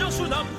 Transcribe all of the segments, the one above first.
반짝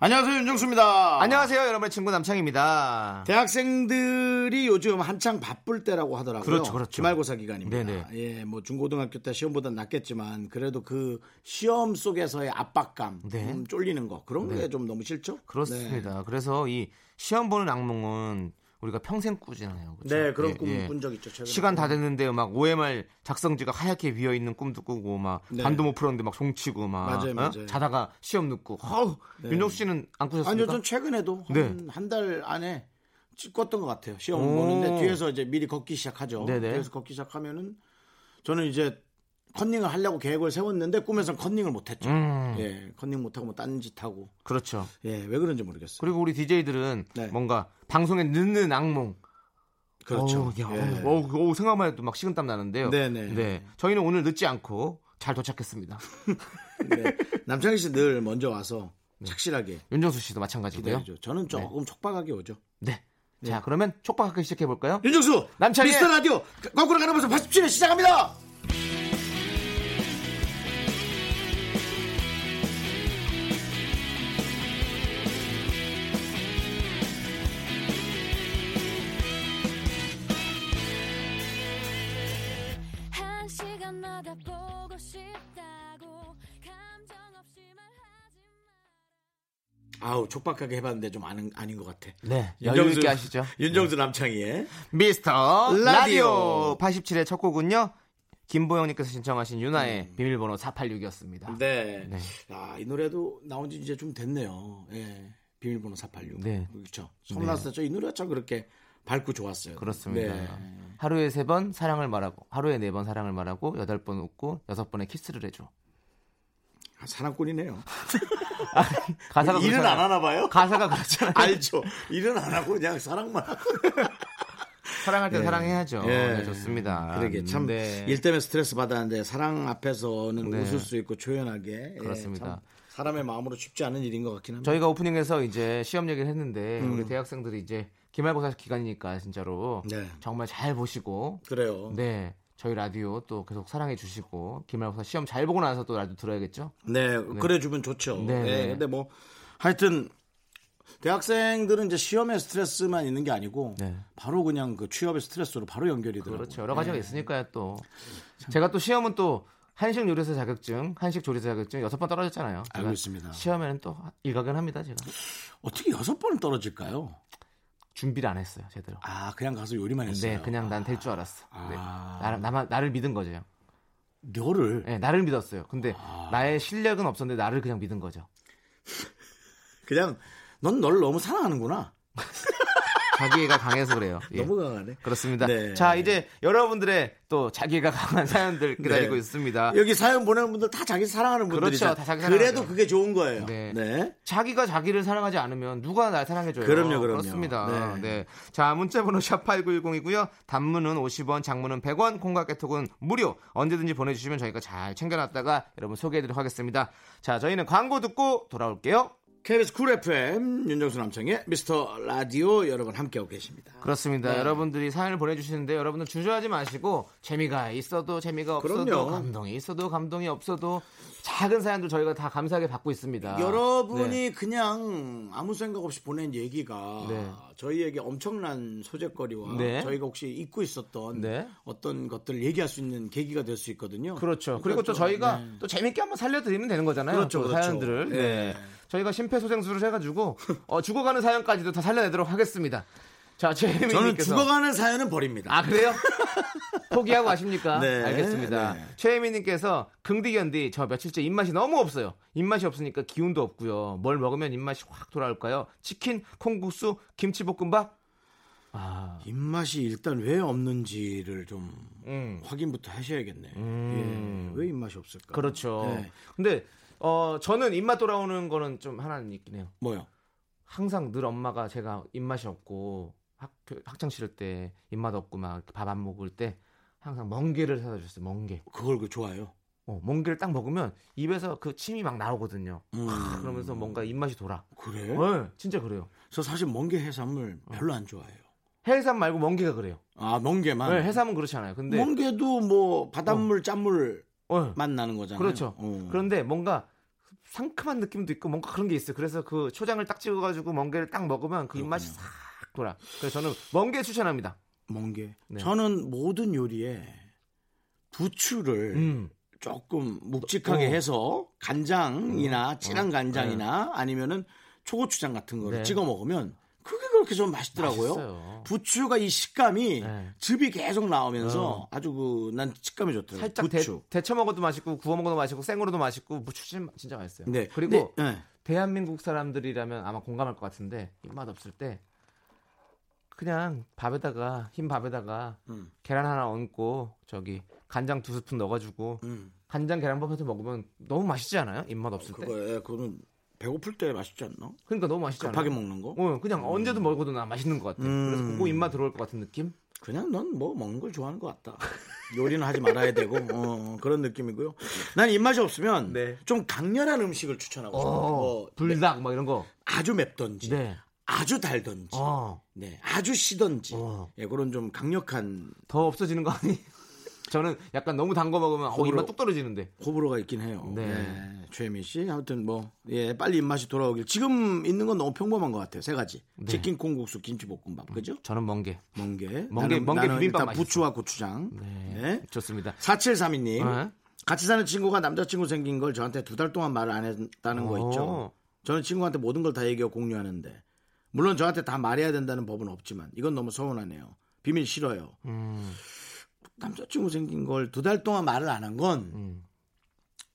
안녕하세요 윤정수입니다 안녕하세요, 여러분의 친구 남창입니다. 네. 대학생들이 요즘 한창 바쁠 때라고 하더라고요. 그렇죠, 그렇죠. 기말고사 기간입니다. 네네. 예, 뭐 중고등학교 때 시험보다 낫겠지만 그래도 그 시험 속에서의 압박감, 네. 좀 쫄리는 거 그런 게 좀 너무 싫죠? 네. 그렇습니다. 그래서 이 시험 보는 악몽은 우리가 평생 꾸잖아요. 그렇죠? 네, 네, 그런 예, 꿈 예. 꾼 적 있죠. 최근에. 시간 다 됐는데 막 OMR 작성지가 하얗게 비어 있는 꿈도 꾸고 막 네. 반도 못 풀었는데 막 송치고 막 맞아요, 어? 맞아요. 네. 자다가 시험 늦고. 어우, 윤정수 씨는 안 아니 꾸셨습니까? 요즘 최근에도 네. 한 한 달 안에 찍었던 것 같아요. 시험 오. 보는데 뒤에서 이제 미리 걷기 시작하죠. 네네. 뒤에서 걷기 시작하면은 저는 이제 컨닝을 하려고 계획을 세웠는데 꿈에서 컨닝을 못했죠. 음. 예, 컨닝 못하고 뭐 딴 짓 하고 그렇죠. 예, 왜 그런지 모르겠어요. 그리고 우리 DJ들은 네. 뭔가 방송에 늦는 악몽. 그렇죠. 어우, 야, 예. 어우, 어우, 생각만 해도 막 식은땀 나는데요. 네네. 네. 저희는 오늘 늦지 않고 잘 도착했습니다. 네. 남창희 씨 늘 먼저 와서 네. 착실하게 윤정수 씨도 마찬가지고요. 기다리죠. 저는 조금 촉박하게 오죠. 네. 자, 그러면 촉박하게 시작해 볼까요? 윤정수 남창희의- 미스터 라디오 그, 거꾸로 가는 모습 87회 시작합니다. 한 시간마다 보고 싶다고 감정 없이 말하지 아우 촉박하게 해봤는데 좀 아는, 아닌 것 같아. 네. 여유 있게 하시죠. 윤정수 남창희의 미스터 라디오. 라디오 87의 첫 곡은요. 김보영님께서 신청하신 유나의 비밀번호 486이었습니다. 네. 네. 아, 이 노래도 나온 지 이제 좀 됐네요. 예. 비밀번호 486. 네. 그렇죠. 소문났었죠. 이 노래가 참 그렇게 밝고 좋았어요. 그렇습니다. 네. 하루에 세 번 사랑을 말하고, 하루에 네 번 사랑을 말하고, 여덟 번 웃고, 여섯 번의 키스를 해줘. 아, 사랑꾼이네요. 가사가 일은 안 그렇잖아요. 하나 봐요? 가사가 그렇잖아요. 알죠. 일은 안 하고 그냥 사랑만 하고. 사랑할 때 사랑해야죠. 예. 네, 좋습니다. 그러게 참. 네. 일 때문에 스트레스 받았는데 사랑 앞에서는 네. 웃을 수 있고 초연하게. 예, 그렇습니다. 참 사람의 마음으로 쉽지 않은 일인 것 같긴 합니다. 저희가 오프닝에서 이제 시험 얘기를 했는데 우리 대학생들이 이제 기말고사 기간이니까 진짜로 음. 네. 정말 잘 보시고 그래요. 네. 네 저희 라디오 또 계속 사랑해 주시고 기말고사 시험 잘 보고 나서 또 라디오 들어야겠죠? 네, 그래 주면 좋죠. 네. 네, 네. 근데 뭐 하여튼 대학생들은 이제 시험에 스트레스만 있는 게 아니고 네. 바로 그냥 그 취업의 스트레스로 바로 연결이더라고요. 그렇죠 여러 네. 가지가 있으니까요 또 제가 또 시험은 또 한식 요리사 자격증, 한식 조리사 자격증 여섯 번 떨어졌잖아요. 알고 제가 있습니다. 시험에는 또 일각은 합니다 제가 어떻게 여섯 번을 떨어질까요? 준비를 안 했어요 제대로. 아 그냥 가서 요리만 했어요. 네 그냥 난 될 줄 알았어. 네. 아. 나, 나만 나를 믿은 거죠. 려를 네, 나를 믿었어요. 근데 아. 나의 실력은 없었는데 나를 그냥 믿은 거죠. 그냥 넌 널 너무 사랑하는구나. 자기애가 강해서 그래요. 예. 너무 강하네. 그렇습니다. 네. 자, 이제 여러분들의 또 자기애가 강한 사연들 기다리고 네. 있습니다. 여기 사연 보내는 분들 다 자기 사랑하는 그 그렇죠. 분들이죠. 다 자기 그래도 사랑하죠. 그게 좋은 거예요. 네. 네. 자기가 자기를 사랑하지 않으면 누가 날 사랑해줘요. 그럼요, 그럼요. 그렇습니다. 네. 네. 자, 문자번호 샵8910이고요. 단문은 50원, 장문은 100원, 콩과 깨톡은 무료. 언제든지 보내주시면 저희가 잘 챙겨놨다가 여러분 소개해드리도록 하겠습니다. 자, 저희는 광고 듣고 돌아올게요. KBS 쿨 FM 윤정수 남창의 미스터 라디오 여러분 함께하고 계십니다. 그렇습니다. 네. 여러분들이 사연을 보내주시는데 여러분들 주저하지 마시고 재미가 있어도 재미가 없어도 그럼요. 감동이 있어도 감동이 없어도 작은 사연들 저희가 다 감사하게 받고 있습니다. 여러분이 네. 그냥 아무 생각 없이 보낸 얘기가 네. 저희에게 엄청난 소재거리와 네. 저희가 혹시 잊고 있었던 네. 어떤 것들을 얘기할 수 있는 계기가 될 수 있거든요. 그렇죠. 그리고 또 저희가 또 재밌게 한번 살려드리면 되는 거잖아요. 네. 그렇죠, 그 그렇죠. 사연들을 네. 네. 저희가 심폐소생술을 해가지고 어, 죽어가는 사연까지도 다 살려내도록 하겠습니다. 자, 제이미 저는 님께서. 죽어가는 사연은 버립니다. 아 그래요? 포기하고 아십니까? 네, 알겠습니다. 네. 최혜민님께서 긍디견디 저 며칠째 입맛이 너무 없어요. 입맛이 없으니까 기운도 없고요. 뭘 먹으면 입맛이 확 돌아올까요? 치킨, 콩국수, 김치볶음밥. 아, 입맛이 일단 왜 없는지를 좀 음, 확인부터 하셔야겠네. 예. 왜 입맛이 없을까? 그렇죠. 네. 근데 어 저는 입맛 돌아오는 거는 좀 하나는 있긴 해요. 뭐요? 항상 늘 엄마가 제가 입맛이 없고 학교 학창 시절 때 입맛 없고 막 밥 안 먹을 때 항상 멍게를 사다 주셨어요. 멍게. 그걸 그 좋아요. 어, 멍게를 딱 먹으면 입에서 그 침이 막 나오거든요. 음. 예? 크, 아, 그러면서 뭔가 입맛이 돌아. 그래? 네, 진짜 그래요. 저 사실 멍게 해산물 별로 안 좋아해요. 해삼 말고 멍게가 그래요. 아 멍게만. 네, 해삼은 그렇지 않아요. 근데 멍게도 뭐 바닷물 짠물 어, 맛 나는 거잖아요. 그렇죠. 어. 그런데 뭔가 상큼한 느낌도 있고 뭔가 그런 게 있어요. 그래서 그 초장을 딱 찍어가지고 멍게를 딱 먹으면 그 입맛이 싹 돌아. 그래서 저는 멍게 추천합니다. 멍게. 네. 저는 모든 요리에 부추를 음. 조금 묵직하게 어. 해서 간장이나 진한 간장이나 아니면은 초고추장 같은 거를 네. 찍어 먹으면 그게 그렇게 좀 맛있더라고요. 맛있어요. 부추가 이 식감이 네. 어. 즙이 계속 나오면서 아주 그 난 식감이 좋더라고요. 살짝 데, 부추. 데쳐 먹어도 맛있고 구워 먹어도 맛있고 생으로도 맛있고 뭐 부추 진- 진짜 맛있어요. 네. 그리고 근데, 네. 대한민국 사람들이라면 아마 공감할 것 같은데 입맛 없을 때 그냥 밥에다가 흰 밥에다가 음. 계란 하나 얹고 저기 간장 두 스푼 넣어가지고 음. 간장 계란밥 해서 먹으면 너무 맛있지 않아요? 입맛 없을 때. 그거 예, 그거는 배고플 때 맛있지 않나? 그러니까 너무 맛있지 급하게 않아요? 먹는 거? 어, 그냥 언제든 먹어도 나 맛있는 것 같아. 음. 그래서 그거 입맛 들어올 것 같은 느낌? 그냥 넌 뭐 먹는 걸 좋아하는 것 같다. 요리는 하지 말아야 되고 어, 그런 느낌이고요. 난 입맛이 없으면 네. 좀 강렬한 음식을 추천하고 싶어요. 어, 뭐 불닭 막 이런 거. 아주 맵던지, 네. 아주 달던지, 어. 네, 아주 시던지 어. 예, 그런 좀 강력한 더 없어지는 거 아니? 저는 약간 너무 단 거 먹으면 어, 호불호. 입맛 뚝 떨어지는데. 호불호가 있긴 해요. 네. 예, 최민 씨 아무튼 뭐 예, 빨리 입맛이 돌아오길 지금 있는 건 너무 평범한 것 같아요. 세 가지 네. 치킨 콩국수, 김치볶음밥, 그죠? 저는 멍게. 멍게, 멍게, 나는- 멍게 나는 비빔밥 일단 맛있어. 부추와 고추장, 네. 네. 좋습니다. 4732님 네. 같이 사는 친구가 남자친구 생긴 걸 저한테 두 달 동안 말을 안 했다는 거 어. 있죠 저는 친구한테 모든 걸 다 얘기하고 공유하는데 물론 저한테 다 말해야 된다는 법은 없지만 이건 너무 서운하네요 비밀 싫어요 음, 남자친구 생긴 걸 두 달 동안 말을 안 한 건 음.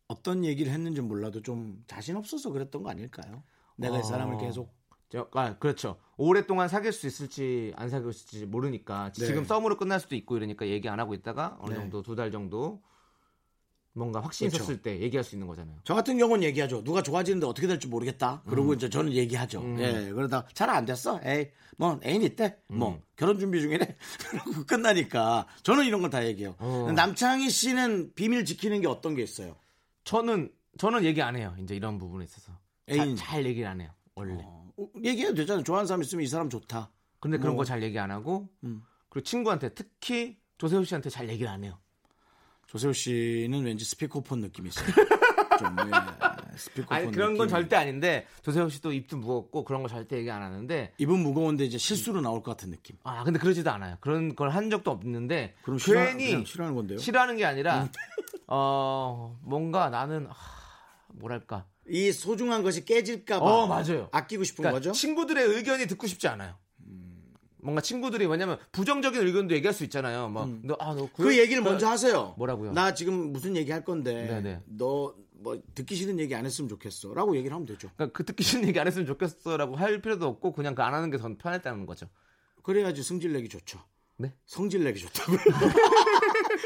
어떤 얘기를 했는지 몰라도 좀 자신 없어서 그랬던 거 아닐까요 내가 이 어. 사람을 계속 저, 아, 그렇죠. 오랫동안 사귈 수 있을지 안 사귈 수 있을지 모르니까 네. 지금 썸으로 끝날 수도 있고 이러니까 얘기 안 하고 있다가 어느 네. 정도 두 달 정도 뭔가 확신이 그렇죠. 섰을 때 얘기할 수 있는 거잖아요. 저 같은 경우는 얘기하죠. 누가 좋아지는데 어떻게 될지 모르겠다. 음. 그러고 이제 저는 얘기하죠. 예, 그러다 잘 안 됐어. 에이, 뭐 애인 있대. 음. 뭐 결혼 준비 중이네. 그러고 끝나니까 저는 이런 걸 다 얘기해요. 어. 남창희 씨는 비밀 지키는 게 어떤 게 있어요? 저는 저는 얘기 안 해요. 이제 이런 부분에 있어서 애인. 잘, 잘 얘기를 안 해요. 원래. 어, 얘기해도 되잖아요. 좋아하는 사람 있으면 이 사람 좋다. 근데 그런 뭐. 거 잘 얘기 안 하고 음. 그리고 친구한테 특히 조세호 씨한테 잘 얘기를 안 해요. 조세호 씨는 왠지 스피커폰 느낌이 있어요. 좀 예, 스피커폰 아니 그런 느낌. 건 절대 아닌데 조세호 씨도 입도 무겁고 그런 거 절대 얘기 안 하는데 입은 무거운데 이제 실수로 나올 것 같은 느낌. 아 근데 그러지도 않아요. 그런 걸 한 적도 없는데 그럼 싫어, 괜히 싫어하는 건데요. 음. 싫어하는 게 아니라 어 뭔가 나는 아, 뭐랄까 이 소중한 것이 깨질까봐 어, 맞아요. 아끼고 싶은 그러니까 거죠. 친구들의 의견이 듣고 싶지 않아요. 뭔가 친구들이 왜냐면 부정적인 의견도 얘기할 수 있잖아요. 뭐, 막너아너 그 얘기를 먼저 하세요. 뭐라고요? 나 지금 무슨 얘기 할 건데 네네. 너 뭐 듣기 싫은 얘기 안 했으면 좋겠어라고 얘기를 하면 되죠. 그러니까 그 듣기 싫은 얘기 안 했으면 좋겠어라고 할 필요도 없고 그냥 그 안 하는 게 더 편했다는 거죠. 그래야지 성질 내기 좋죠. 네? 성질 내기 좋다고요.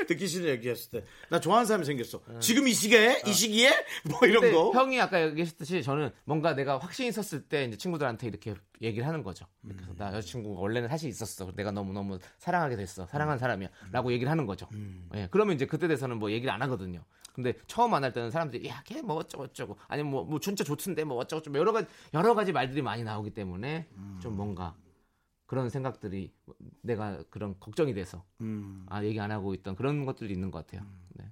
듣기 싫은 얘기 했을 때 나 좋아하는 사람이 생겼어. 지금 이 시기에 이 시기에 뭐 이런 네. 아. 근데 거. 형이 아까 얘기했듯이 저는 뭔가 내가 확신이 있었을 때 이제 친구들한테 이렇게 얘기를 하는 거죠. 그래서 음. 나 여자친구가 원래는 사실 있었어. 내가 너무너무 사랑하게 됐어. 사랑한 사람이야. 라고 얘기를 하는 거죠. 음. 예, 그러면 이제 그때 돼서는 뭐 얘기를 안 하거든요. 근데 처음 만날 때는 사람들이 야, 걔 뭐 어쩌고저쩌고. 아니면 뭐, 뭐 진짜 좋던데 뭐 어쩌고저쩌고. 여러 가지, 여러 가지 말들이 많이 나오기 때문에 음. 좀 뭔가 그런 생각들이 내가 그런 걱정이 돼서 음, 아, 얘기 안 하고 있던 그런 것들이 있는 것 같아요. 네.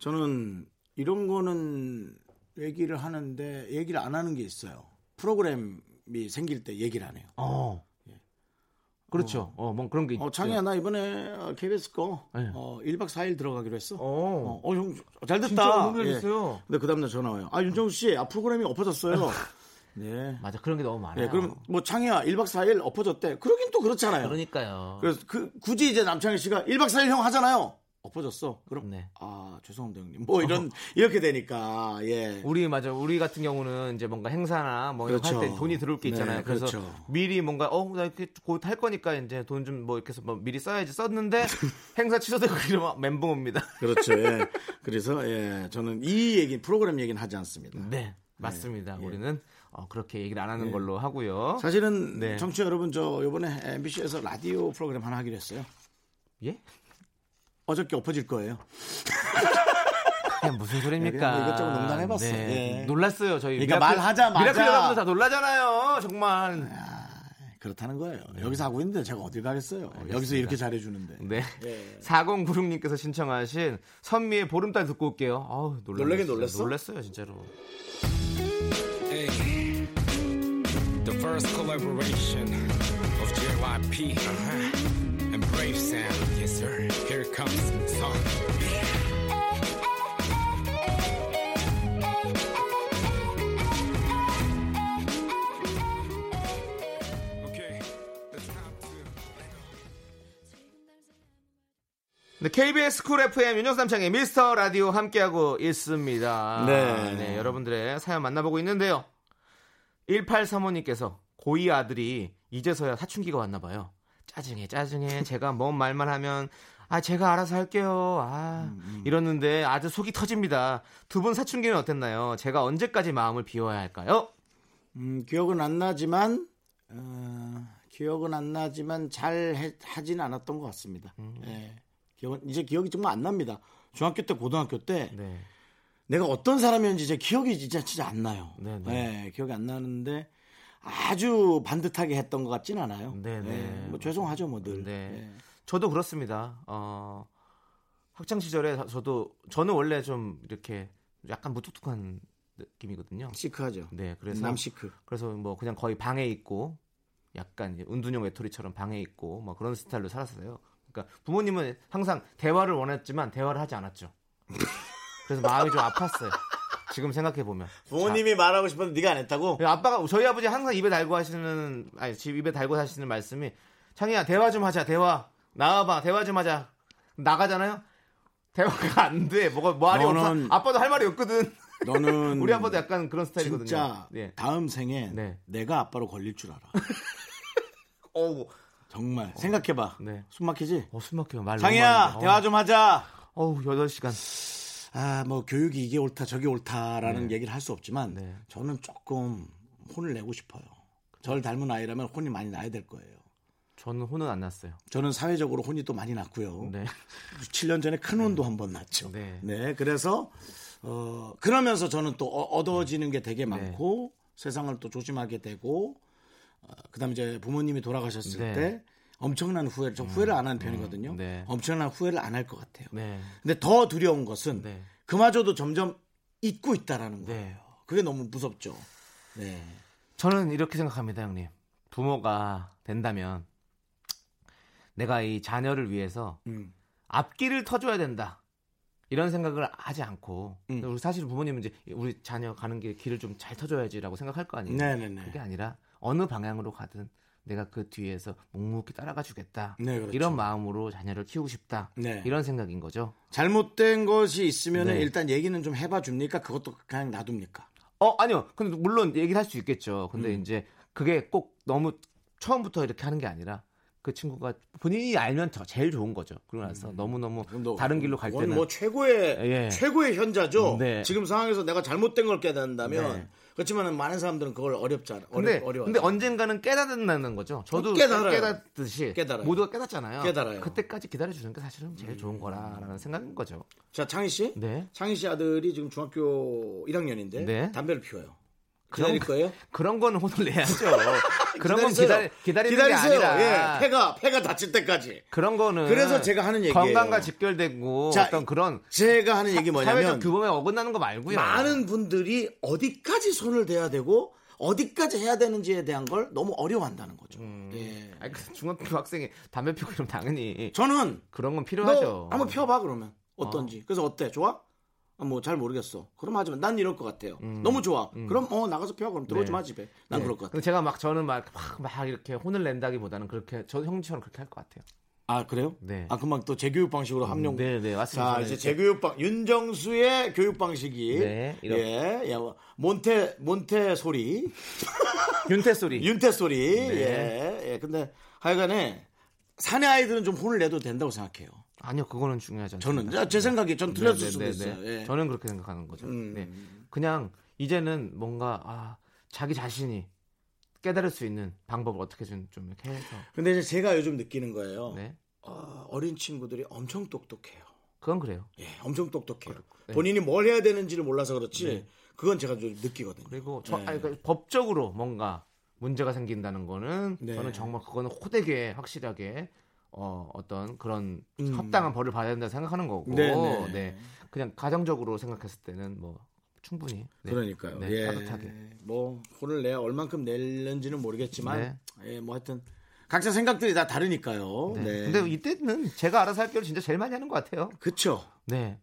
저는 이런 거는 얘기를 하는데 얘기를 안 하는 게 있어요. 프로그램이 생길 때 얘기를 안 해요. 어. 그렇죠. 어, 뭐 그런 게 있죠. 어, 창희야, 나 이번에 어, KBS 거 네. 어, 1박 4일 들어가기로 했어. 어. 어, 어, 형, 잘 됐다. 진짜 너무 예. 잘했어요. 근데 그 다음날 전화 와요. 아, 윤정수 씨, 아, 프로그램이 엎어졌어요. 네. 맞아. 그런 게 너무 많아요. 네, 그럼 뭐 창희야, 1박 4일 엎어졌대. 그러긴 또 그렇잖아요. 그러니까요. 그래서 그, 굳이 이제 남창희 씨가 1박 4일 형 하잖아요. 엎어졌어. 그럼, 네. 아, 죄송합니다, 형님. 뭐 이런, 이렇게 되니까, 예. 우리 맞아. 우리 같은 경우는 이제 뭔가 행사나 뭐 그렇죠. 할때 돈이 들어올 게 있잖아요. 네, 그래서 그렇죠. 미리 뭔가 어 나 이렇게 곧 할 거니까 이제 돈 좀 뭐 이렇게 해서 뭐 미리 써야지 썼는데 행사 취소되고 이러면 멘붕 옵니다. 그렇죠, 예. 그래서, 예, 저는 이 얘기, 프로그램 얘기는 하지 않습니다. 네. 맞습니다. 네, 우리는 어, 그렇게 얘기를 안 하는 걸로 하고요. 사실은 네. 청취 자 여러분 저 이번에 MBC에서 라디오 프로그램 하나 하기로 했어요. 예? 어저께 엎어질 거예요. 그냥 무슨 소리입니까? 네. 그냥 뭐 이것저것 농담해봤어. 예. 놀랐어요, 저희. 그러니까 미라클- 말하자마자- 미라클 여러분들 다 놀라잖아요, 정말. 그렇다는 거예요. 여기서 하고 있는데 제가 어딜 가겠어요. 여기서 이렇게 잘해주는데. 네. 예. 4096님께서 신청하신 선미의 보름달 듣고 올게요. 아우, 놀랐어요. 놀라긴 놀랐어? 놀랐어요, 진짜로. Hey, the first collaboration of JYP uh-huh, and Brave Sound. Yes, sir. Here comes song. Okay, let's count to- 네, KBS 쿨 FM 윤정삼창의 미스터 라디오 함께하고 있습니다. 네. 여러분들의 사연 만나보고 있는데요. 1835님께서 고2 아들이 이제서야 사춘기가 왔나 봐요. 짜증해, 짜증해. 제가 뭔 말만 하면 아, 제가 알아서 할게요. 아, 음, 이러는데 아주 속이 터집니다. 두 분 사춘기는 어땠나요? 제가 언제까지 마음을 비워야 할까요? 음, 기억은 안 나지만 어, 기억은 안 나지만 잘 해- 하진 않았던 것 같습니다. 음. 예. 기억은- 이제 기억이 정말 안 납니다. 중학교 때, 고등학교 때 네. 내가 어떤 사람이었는지 제 기억이 진짜 진짜 안 나요. 네, 네. 예, 기억이 안 나는데 아주 반듯하게 했던 것 같진 않아요. 네, 네. 예, 뭐 죄송하죠, 뭐 늘. 네. 예. 저도 그렇습니다. 어, 학창 시절에 다- 저도 저는 원래 좀 이렇게 약간 무뚝뚝한 느낌이거든요. 시크하죠. 네, 그래서 남시크. 그래서 뭐 그냥 거의 방에 있고 약간 이제 은둔형 외톨이처럼 방에 있고 뭐 그런 스타일로 살았어요. 그러니까 부모님은 항상 대화를 원했지만 대화를 하지 않았죠. 그래서 마음이 좀 아팠어요. 지금 생각해 보면 말하고 싶었는데 네가 안 했다고? 아빠가 저희 아버지 항상 입에 달고 하시는 아니 집 입에 달고 하시는 말씀이 창희야 대화 좀 하자 대화 나와봐 대화 좀 하자 나가잖아요 대화가 안돼 뭐가 뭐 말이 너는- 없어 아빠도 할 말이 없거든 너는 우리 아빠도 약간 그런 스타일이거든요 진짜 예. 다음 생에 네. 내가 아빠로 걸릴 줄 알아. 어우 정말 생각해봐. 네. 숨 막히지? 어, 숨 막혀요 말 장이야 대화 좀 하자. 어, 어우 8시간 아 뭐 교육이 이게 옳다 저게 옳다라는 얘기를 할 수 없지만 네. 저는 조금 혼을 내고 싶어요. 저를 닮은 아이라면 혼이 많이 나야 될 거예요. 저는 혼은 안 났어요 저는 사회적으로 혼이 또 많이 났고요. 네 7년 전에 큰 혼도 한 번 났죠. 네. 네. 그래서 어 그러면서 저는 또 어- 얻어지는 게 네. 되게 많고 세상을 또 조심하게 되고 어, 그다음에 이제 부모님이 돌아가셨을 네. 음. 때 엄청난 후회를 전 후회를 안 하는 편이거든요. 네. 엄청난 후회를 안 할 것 같아요. 네 근데 더 두려운 것은 네. 그마저도 점점 잊고 있다라는 거예요. 네. 그게 너무 무섭죠. 네. 저는 이렇게 생각합니다, 형님. 부모가 된다면 내가 이 자녀를 위해서 음. 앞길을 터줘야 된다. 이런 생각을 하지 않고 음. 우리 사실 부모님은 이제 우리 자녀 가는 길 길을 좀 잘 터줘야지라고 생각할 거 아니에요. 음. 네네네. 그게 아니라 어느 방향으로 가든 내가 그 뒤에서 묵묵히 따라가 주겠다. 네, 그렇죠. 이런 마음으로 자녀를 키우고 싶다. 네. 이런 생각인 거죠. 잘못된 것이 있으면 네. 일단 얘기는 좀 해봐 줍니까? 그것도 그냥 놔둡니까? 어 아니요. 근데 물론 얘기를 할 수 있겠죠. 음. 근데 이제 그게 꼭 너무 처음부터 이렇게 하는 게 아니라 그 친구가 본인이 알면 더 제일 좋은 거죠. 그러고 나서 너무 너무 그럼 음. 너- 다른 길로 갈 그건 때는 뭐 최고의 예. 최고의 현자죠. 네. 지금 상황에서 내가 잘못된 걸 깨닫는다면 네. 그렇지만 많은 사람들은 그걸 어렵잖아. 근데 어려, 어려워. 근데 언젠가는 깨닫는다는 거죠. 저도 깨달아요. 깨닫, 듯이 깨달아요. 모두가 깨닫잖아요. 깨달아요. 음. 그때까지 기다려 주는 게 사실은 제일 좋은 거라라는 생각인 거죠. 자 창희 씨, 네. 창희 씨 아들이 지금 중학교 1학년인데 네. 담배를 피워요. 기다릴 거- 거예요? 그런 건 혼을 내야죠. 그런 건 기다리세요. 기다리 기다리는 기다리세요. 게 아니라 예, 폐가 폐가 다칠 때까지. 그런 거는 그래서 제가 하는 얘기예요. 건강과 직결되고 자, 어떤 그런 제가 하는 얘기 뭐냐면 사회적 규범에 어긋나는 거 말고요. 많은 분들이 어디까지 손을 대야 되고 어디까지 해야 되는지에 대한 걸 너무 어려워한다는 거죠. 예. 아니, 그 중학교 학생이 담배 피우고 이러면 당연히 저는 그런 건 너 필요하죠. 한번 펴봐 그러면 어떤지. 그래서 어때? 좋아? 뭐 잘 모르겠어. 그럼 하지만 난 이럴 것 같아요. 너무 좋아. 그럼 어 나가서 펴 그럼 들어오지 음. 네. 마 집에. 난 그럴 것 근데 같아. 제가 막 저는 막 막 이렇게 혼을 낸다기보다는 그렇게 저 형처럼 그렇게 할 것 같아요. 아 그래요? 네. 아 금방 또 재교육 방식으로 합령. 네, 네, 맞습니다. 자 이제 재교육 방 윤정수의 교육 방식이 네, 이렇게. 예, 예, 몬테 몬테 소리 윤태 소리. 윤태 소리. 네. 예, 예. 근데 하여간에 사내 아이들은 좀 혼을 내도 된다고 생각해요. 아니요, 그거는 중요하지 않습니다. 네, 저는 제 생각이 전 틀렸을 수도 있어요. 예. 저는 그렇게 생각하는 거죠. 네. 그냥 이제는 뭔가 아, 자기 자신이 깨달을 수 있는 방법을 어떻게 좀, 좀 이렇게 해서 근데 이제 제가 요즘 느끼는 거예요. 네 어, 어린 친구들이 엄청 똑똑해요. 그건 그래요. 예, 엄청 똑똑해요. 네. 본인이 뭘 해야 되는지를 몰라서 그렇지. 그건 제가 좀 느끼거든요. 그리고 저, 네. 아니, 그러니까 법적으로 뭔가 문제가 생긴다는 거는 네. 저는 정말 그거는 호되게 확실하게 어, 어떤 그런 음. 합당한 벌을 받아야 된다 생각하는 거고 네네. 네. 그냥 가정적으로 생각했을 때는 뭐 충분히 네. 그러니까요. 네, 예. 따뜻하게 뭐 혼을 내야 얼만큼 낼는지는 모르겠지만, 네. 예, 뭐 하여튼 각자 생각들이 다 다르니까요. 네. 네. 근데 이때는 제가 알아서 할 결을 진짜 제일 많이 하는 것 같아요 그쵸. 네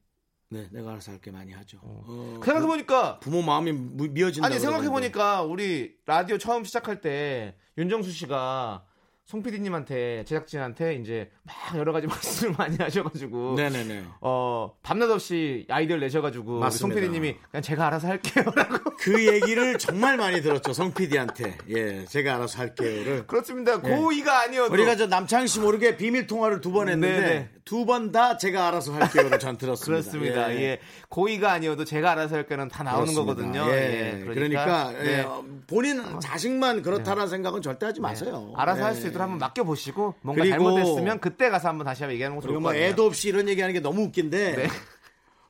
네, 내가 알아서 할게 많이 하죠. 어, 그 생각해보니까 부모 마음이 무- 미어진다. 아니 그러던데. 생각해보니까 우리 라디오 처음 시작할 때 윤정수 씨가 송 PD님한테 제작진한테 이제 막 여러 가지 말씀을 많이 하셔가지고 네네네. 어 밤낮 없이 아이디어를 내셔가지고 우리 송 맞습니다. PD님이 그냥 제가 알아서 할게요라고 그 얘기를 정말 많이 들었죠. 성 PD한테. 예, 제가 알아서 할게요를. 그렇습니다 고의가 아니어도 네. 우리가 저 남창희 씨 모르게 비밀 통화를 두 번 했는데 네네. 두 번 다 제가 알아서 할게요를 전 들었습니다. 그렇습니다 예. 고의가 아니어도 제가 알아서 할게는 다 나오는 그렇습니다. 거거든요 예. 예, 그러니까, 네. 예, 어, 본인 자식만 그렇다라는 생각은 절대 하지 마세요. 알아서 예. 할 수 있도록 한번 맡겨보시고 뭔가 그리고- 잘못됐으면 그때 가서 한번 다시 한번 얘기하는 것도 그리고 좋을 뭐 것 같아요. 애도 없이 이런 얘기하는 게 너무 웃긴데 네.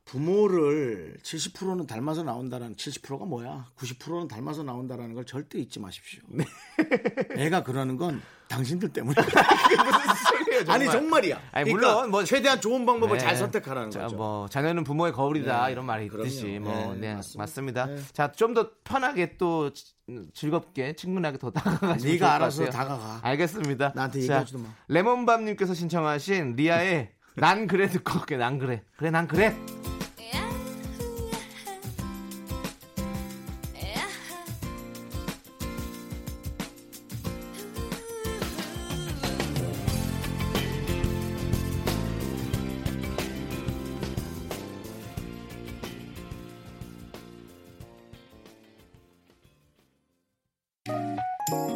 부모를 70%는 닮아서 나온다는 70%가 뭐야? 90%는 닮아서 나온다라는 걸 절대 잊지 마십시오. 네. 애가 그러는 건 당신들 때문이야. 무슨 소리예요, 정말. 아니 정말이야. 아니, 그러니까 물론 뭐- 최대한 좋은 방법을 네. 잘 선택하라는 자, 거죠. 네. 뭐 자녀는 부모의 거울이다 이런 말이 그럼요. 있듯이 뭐 네, 네, 맞습니다. 맞습니다. 자, 좀 더 편하게 또 지- 즐겁게 친근하게 더 다가가시면 네가 좋을 것 알아서 같아요. 다가가. 알겠습니다. 나한테 자, 얘기하지도 마. 레몬밤님께서 신청하신 리아의 난 그래 듣고 올게. 난 그래. 그래 난 그래.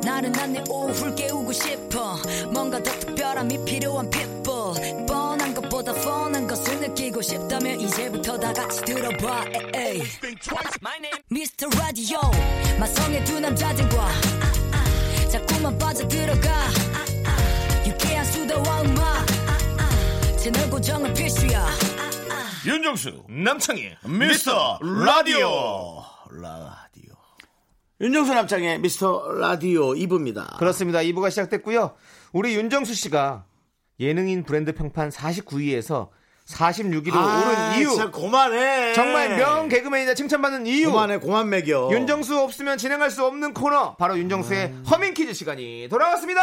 나른한 내 오후를 깨우고 싶어 뭔가 더 특별함이 필요한 people 뻔한 것보다 뻔한 것을 느끼고 싶다면 이제부터 다 같이 들어봐 에이. Mr. Radio 마성의 두 남자들과 자꾸만 빠져들어가 유쾌한 수다와 음악 채널 고정은 필수야 윤정수 남창희 미스터 라디오 라디오. 윤정수 남창의 미스터 라디오 2부입니다. 그렇습니다. 2부가 시작됐고요. 우리 윤정수 씨가 예능인 브랜드 평판 49위에서 46위로 오른 이유. 아, 진짜 고만해. 정말 명 개그맨이자 칭찬받는 이유. 고만해 고만 매겨. 윤정수 없으면 진행할 수 없는 코너 바로 윤정수의 음. 허밍 퀴즈 시간이 돌아왔습니다.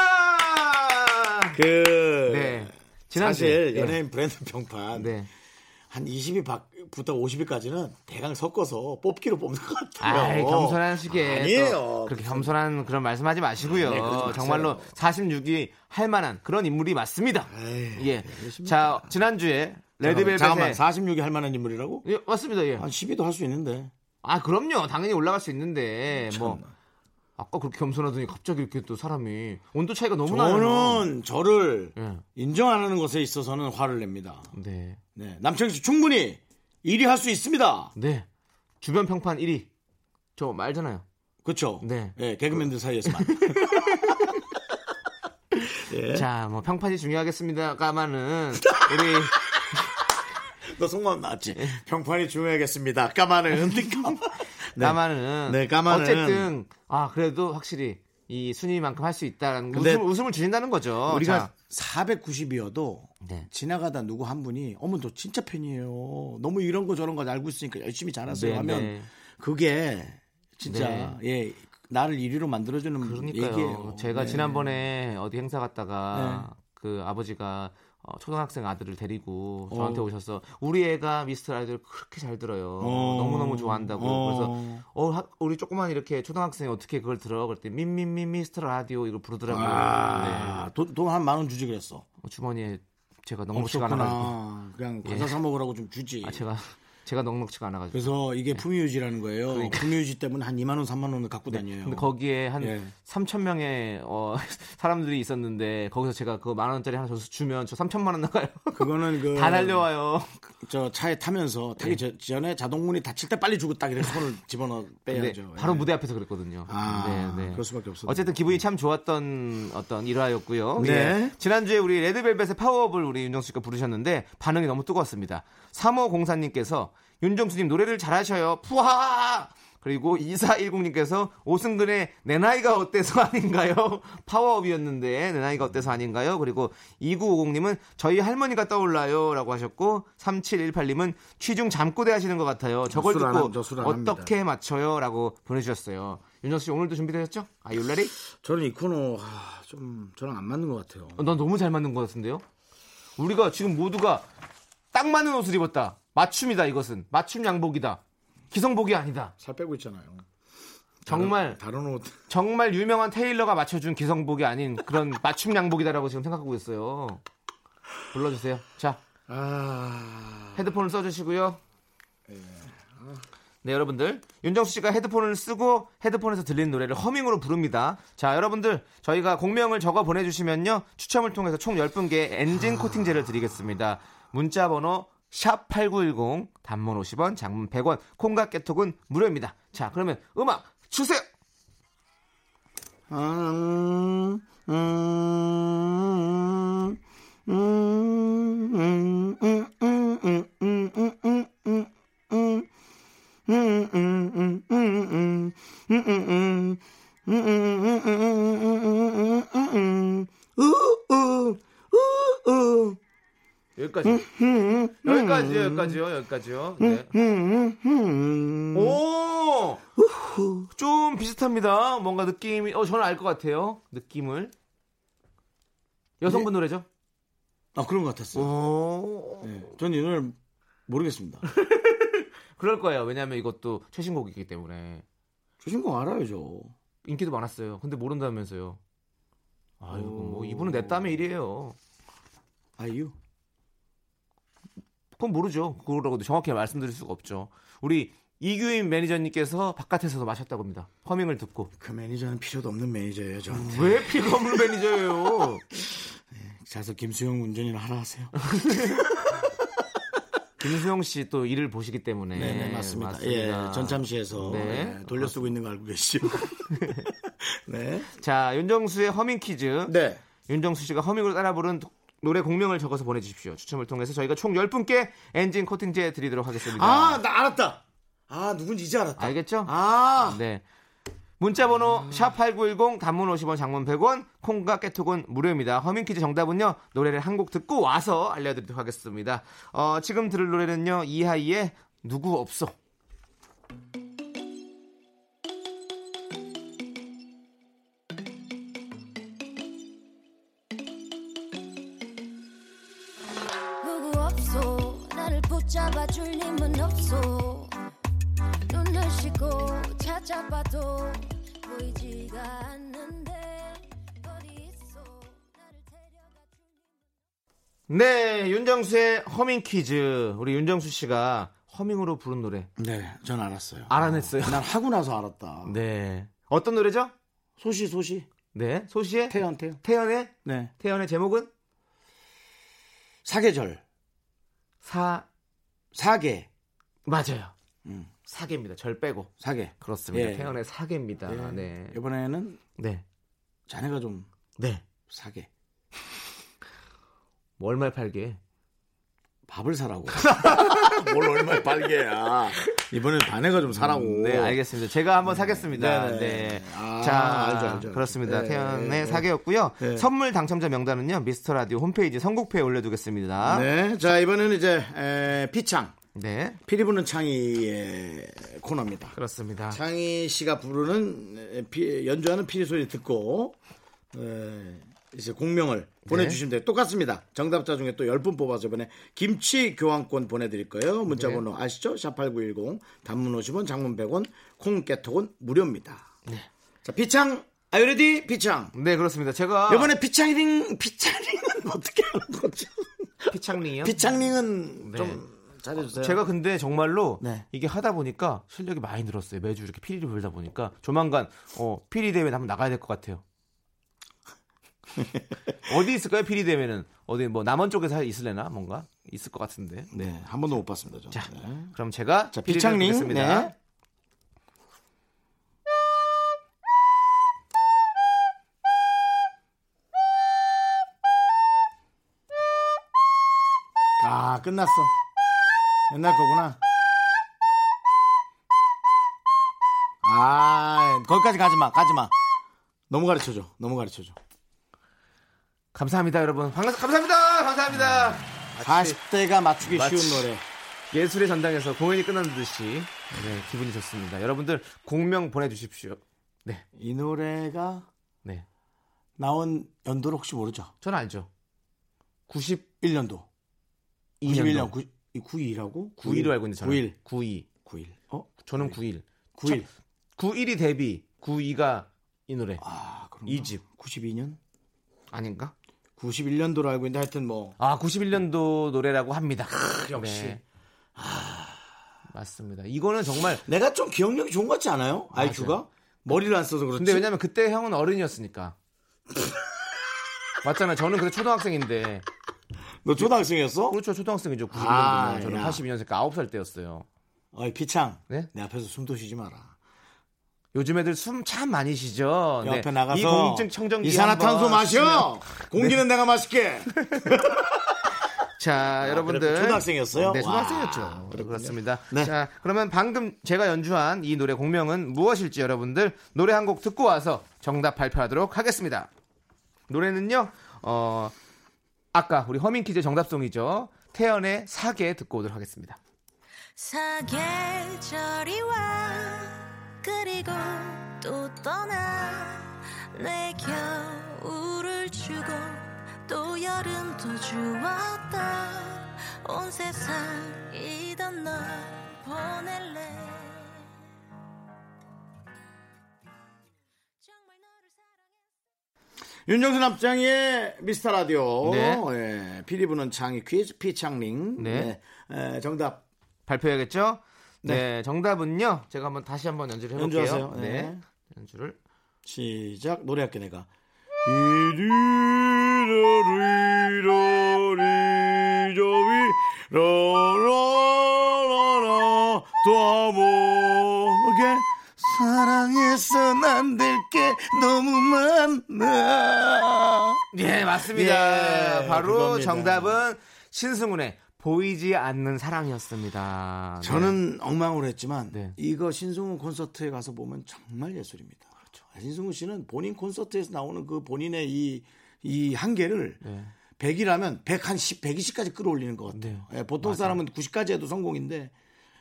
그 네. 사실 네. 연예인 브랜드 평판 네. 한 20위부터 50위까지는 대강 섞어서 뽑기로 뽑는 것 같아요. 아이, 겸손한 식의 어, 아니에요. 또 그렇게 겸손한 그런 말씀하지 마시고요. 네, 그러지 마세요. 정말로 46위 할 만한 그런 인물이 맞습니다. 에이, 예. 자, 지난주에 네. 레드벨벳의 잠깐만 46이 할 만한 인물이라고? 예, 맞습니다. 예. 한 10위도 할 수 있는데. 아, 그럼요. 당연히 올라갈 수 있는데 뭐 아까 그렇게 겸손하더니 갑자기 이렇게 또 사람이 온도 차이가 너무 나요. 저는 저를 뭐 예. 인정하는 것에 있어서는 화를 냅니다. 네. 네, 남창희 씨 충분히 1위 할 수 있습니다. 네. 주변 평판 1위. 저 말잖아요. 그렇죠? 네. 예, 개그맨들 사이에서만. 네? 자, 뭐 평판이 중요하겠습니다가마는 우리 너 속마음 나왔지? 예. 평판이 중요하겠습니다. 까마는. 까마. 네. 까마는 네, 까마는. 어쨌든 아 그래도 확실히 이 순위만큼 할 수 있다라는 근데 웃음, 웃음을 주신다는 거죠. 우리가 어, 자, 490이어도 네. 지나가다 누구 한 분이 어머 너 진짜 팬이에요. 너무 이런 거 저런 거 알고 있으니까 열심히 잘하세요 네, 하면 네. 그게 진짜 예 나를 1위로 만들어주는 그러니까요. 얘기예요. 제가 네. 지난번에 어디 행사 갔다가 그 아버지가 어, 초등학생 아들을 데리고 저한테 어. 오셔서 우리 애가 미스터 아이돌 그렇게 잘 들어요. 너무너무 좋아한다고. 그래서 어, 하- 우리 조그만 이렇게 초등학생이 어떻게 그걸 들어? 그랬더니 민민민 미스터 라디오 이걸 부르더라고요. 아, 돈한 만 원 주지 그랬어. 네. 주머니에 제가 넉넉시가 하나 가지고 없었구나. 그냥 과자 사 먹으라고 좀 주지. 아, 제가 네. 제가 넉넉치가 않아가지고. 그래서 이게 품유유지라는 거예요. 품유유지 때문에 한 2만 원, 3만 원을 갖고 다녀요. 그러니까. 네. 근데 거기에 한 예. 3천 명의 어, 사람들이 있었는데 거기서 제가 그 만 원짜리 하나 줘서 주면 저 3천만 원 나가요. 그거는 그 다 달려와요. 저 차에 타면서 예. 타기 전- 전에 자동문이 닫힐 때 빨리 주고 딱 이렇게 손을 집어넣어 근데 빼야죠. 바로 예. 무대 앞에서 그랬거든요. 아, 그럴 수밖에 없었네요. 어쨌든 기분이 참 좋았던 어떤 일화였고요. 네. 예. 지난주에 우리 레드벨벳의 파워업을 우리 윤정수 씨가 부르셨는데 반응이 너무 뜨거웠습니다. 3호 공사님께서 윤정수님 노래를 잘하셔요. 푸하! 그리고 2410님께서 오승근의 내 나이가 어때서 아닌가요? 파워업이었는데 내 나이가 어때서 아닌가요? 그리고 2950님은 저희 할머니가 떠올라요 라고 하셨고 3718님은 취중 잠꼬대 하시는 것 같아요. 저걸 저술 안 듣고 함- 저술안 합니다. 어떻게 맞춰요라고 보내주셨어요. 윤정수 씨 오늘도 준비되셨죠? 아 율라리? 저는 이 코너 아, 좀 저랑 안 맞는 것 같아요. 어, 난 너무 잘 맞는 것 같은데요. 우리가 지금 모두가 딱 맞는 옷을 입었다. 맞춤이다 이것은 맞춤 양복이다. 기성복이 아니다. 살 빼고 있잖아요. 정말 다른 옷 정말 유명한 테일러가 맞춰준 기성복이 아닌 그런 맞춤 양복이다라고 지금 생각하고 있어요. 불러주세요. 자 헤드폰을 써주시고요. 네 여러분들 윤정수 씨가 헤드폰을 쓰고 헤드폰에서 들리는 노래를 허밍으로 부릅니다. 자 여러분들 저희가 공명을 적어 보내주시면요 추첨을 통해서 총 10분께 엔진 코팅제를 드리겠습니다. 문자 번호 샵 8910 단문 50원 장문 100원 콩과 깨톡은 무료입니다. 자 그러면 음악 주세요. 여기까지 여기까지요 여기까지요 여기까지요. 네. 오! 좀 비슷합니다. 뭔가 느낌이, 어, 저는 알 것 같아요. 느낌을. 여성분 노래죠? 아 그런 것 같았어요. 네. 오. 예, 저는 이 노래를 모르겠습니다. 그럴 거예요. 왜냐면 하 이것도 최신곡이기 때문에. 주신거 알아요, 저. 인기도 많았어요. 근데 모른다면서요. 아이고, 뭐, 이분은 내 땀의 일이에요. 아이유. 그건 모르죠. 그거라고도 정확히 말씀드릴 수가 없죠. 우리 이규인 매니저님께서 바깥에서도 마셨다고 합니다. 허밍을 듣고. 그 매니저는 필요도 없는 매니저예요, 저한테. 왜 피가 없는 매니저예요? 자서 김수영 운전이나 하라 하세요. 김수영 씨 또 일을 보시기 때문에. 네, 네, 맞습니다. 맞습니다. 예, 전참시에서 네. 예, 돌려 쓰고 있는 거 알고 계시죠? 네. 자, 윤정수의 허밍 퀴즈. 네. 윤정수 씨가 허밍으로 따라 부른 도- 노래 공명을 적어서 보내주십시오. 추첨을 통해서 저희가 총 10분께 엔진 코팅제 드리도록 하겠습니다. 아, 나 알았다. 아, 누군지 이제 알았다. 알겠죠? 아, 네. 문자번호 샵8910 단문 50원 장문 100원 콩과 깨톡은 무료입니다. 허밍 퀴즈 정답은요. 노래를 한 곡 듣고 와서 알려드리도록 하겠습니다. 어, 지금 들을 노래는요. 이하이의 누구 없어. 누구 없소 나를 붙잡아줄 님은 없소 눈을 씻고 찾아봐도 보이지가 않는데 어디 있어 나를 데려가줄 네. 윤정수의 허밍 퀴즈. 우리 윤정수 씨가 허밍으로 부른 노래 네, 전 알았어요. 알아냈어요. 난 하고 나서 알았다. 네. 어떤 노래죠? 소시, 소시. 네. 소시의 태연, 태연. 태연의 네. 태연의 제목은 사계절. 사 사계. 맞아요. 음. 사계입니다. 절 빼고 사계. 그렇습니다. 예. 태연의 사계입니다. 네. 이번에는 네. 자네가 좀 네. 사계. 뭐 얼마에 팔게? 밥을 사라고. 뭘 얼마에 빨개야. 이번에 자네가 좀 사라고. 네, 알겠습니다. 제가 한번 사겠습니다. 네, 네. 네. 아, 자, 알죠, 알죠, 알죠. 그렇습니다. 네, 태연의 네, 네. 사계였고요. 네. 선물 당첨자 명단은요. 미스터 라디오 홈페이지 선곡표에 올려두겠습니다. 네. 네, 자 이번에는 이제 에, 피창 피리 부는 창의의 코너입니다. 그렇습니다. 창희 씨가 부르는 에, 피- 연주하는 피리 소리 듣고 에, 이제 공명을 보내주시면 돼요. 똑같습니다. 정답자 중에 또 10분 뽑아서 이번에 김치 교환권 보내드릴 거예요. 문자 네. 번호 아시죠? 샵8910 단문 50원 장문 100원 콩깨톡은 무료입니다. 자 피창 아유레디 피창 네, 그렇습니다. 제가 이번에 피창링 피창링은 어떻게 하는 거죠? 피창리요. 피창링은 네. 좀 잘해주세요. 제가 근데 정말로 네. 이게 하다 보니까 실력이 많이 늘었어요. 매주 이렇게 피리를 불다 보니까 조만간 어, 피리 대회 한번 나가야 될 것 같아요. 어디 있을까요? 피리 대회는 어디 뭐 남원 쪽에서 있을래나 뭔가 있을 것 같은데. 네, 한 번도 못 봤습니다. 저는. 자, 네. 그럼 제가 자, 피리를 비창님. 보겠습니다. 네. 아, 끝났어. 옛날 거구나. 아, 거기까지 가지 마, 가지 마. 너무 가르쳐줘, 너무 가르쳐줘. 감사합니다, 여러분. 반갑 감사합니다. 감사합니다. 40대가 맞추기 마치- 쉬운 노래. 예술의 전당에서 공연이 끝난 듯이 네, 기분이 좋습니다. 여러분들 공명 보내주십시오. 네, 이 노래가 네. 나온 연도를 혹시 모르죠? 저는 알죠. 91년도. 91년 9, 92라고? 9일로 알고 있는데 저는 9일. 92. 9일. 어? 저는 9일. 9일. 91이 데뷔, 92가 이 노래. 아, 그럼 이 집. 92년? 아닌가? 91년도로 알고 있는데 하여튼 뭐 아, 91년도 노래라고 합니다. 아, 네. 아, 역시. 맞습니다. 이거는 정말 내가 좀 기억력이 좋은 것 같지 않아요? IQ가? 머리를 안 써서 그렇지. 근데 왜냐면 그때 형은 어른이었으니까. 맞잖아요. 저는 그때 초등학생인데. 너 초등학생이었어? 그렇죠. 초등학생이죠. 91년도면. 아, 저는 야. 82년생, 9살 때였어요. 어이 피창. 네? 내 앞에서 숨도 쉬지 마라. 요즘 애들 숨 참 많이 쉬죠. 옆에 네. 나가서 이 공증 청정기 이산화탄소 한번 네. 마셔. 공기는 내가 마실게. 자, 여러분들. 아, 그래, 초등학생이었어요? 네, 와, 초등학생이었죠. 그렇군요. 그렇습니다. 네. 자, 그러면 방금 제가 연주한 이 노래 공명은 무엇일지 여러분들 노래 한 곡 듣고 와서 정답 발표하도록 하겠습니다. 노래는요, 어, 아까 우리 허밍 퀴즈 정답송이죠. 태연의 사계 듣고 오도록 하겠습니다. 사계절이 와 그리고 또 떠나 내 겨울을 주고 또 여름도 주었다 온 세상이던 널 보낼래 정말 너를 사랑해 윤정수 남장의 미스터 라디오. 네. 예, 피리 부는 창의 퀴즈 피창링. 네. 네, 에, 정답 발표해야겠죠? 네. 정답은요. 제가 한번 다시 한번 연주를 해볼게요. 연주하세요. 네. 네. 연주를. 시작 노래할게 내가 이리리리리리리라라라라라도아모게 사랑해서 안될게 너무 많아 네, 맞습니다. 예, 바로 그겁니다. 정답은 신승훈의 보이지 않는 사랑이었습니다. 네. 저는 엉망으로 했지만 네. 이거 신승훈 콘서트에 가서 보면 정말 예술입니다. 그렇죠. 아, 신승훈 씨는 본인 콘서트에서 나오는 그 본인의 이, 이 한계를 네. 100이라면 100, 한 10, 120까지 끌어올리는 것 같아요. 네. 예, 보통 사람은 90까지 해도 성공인데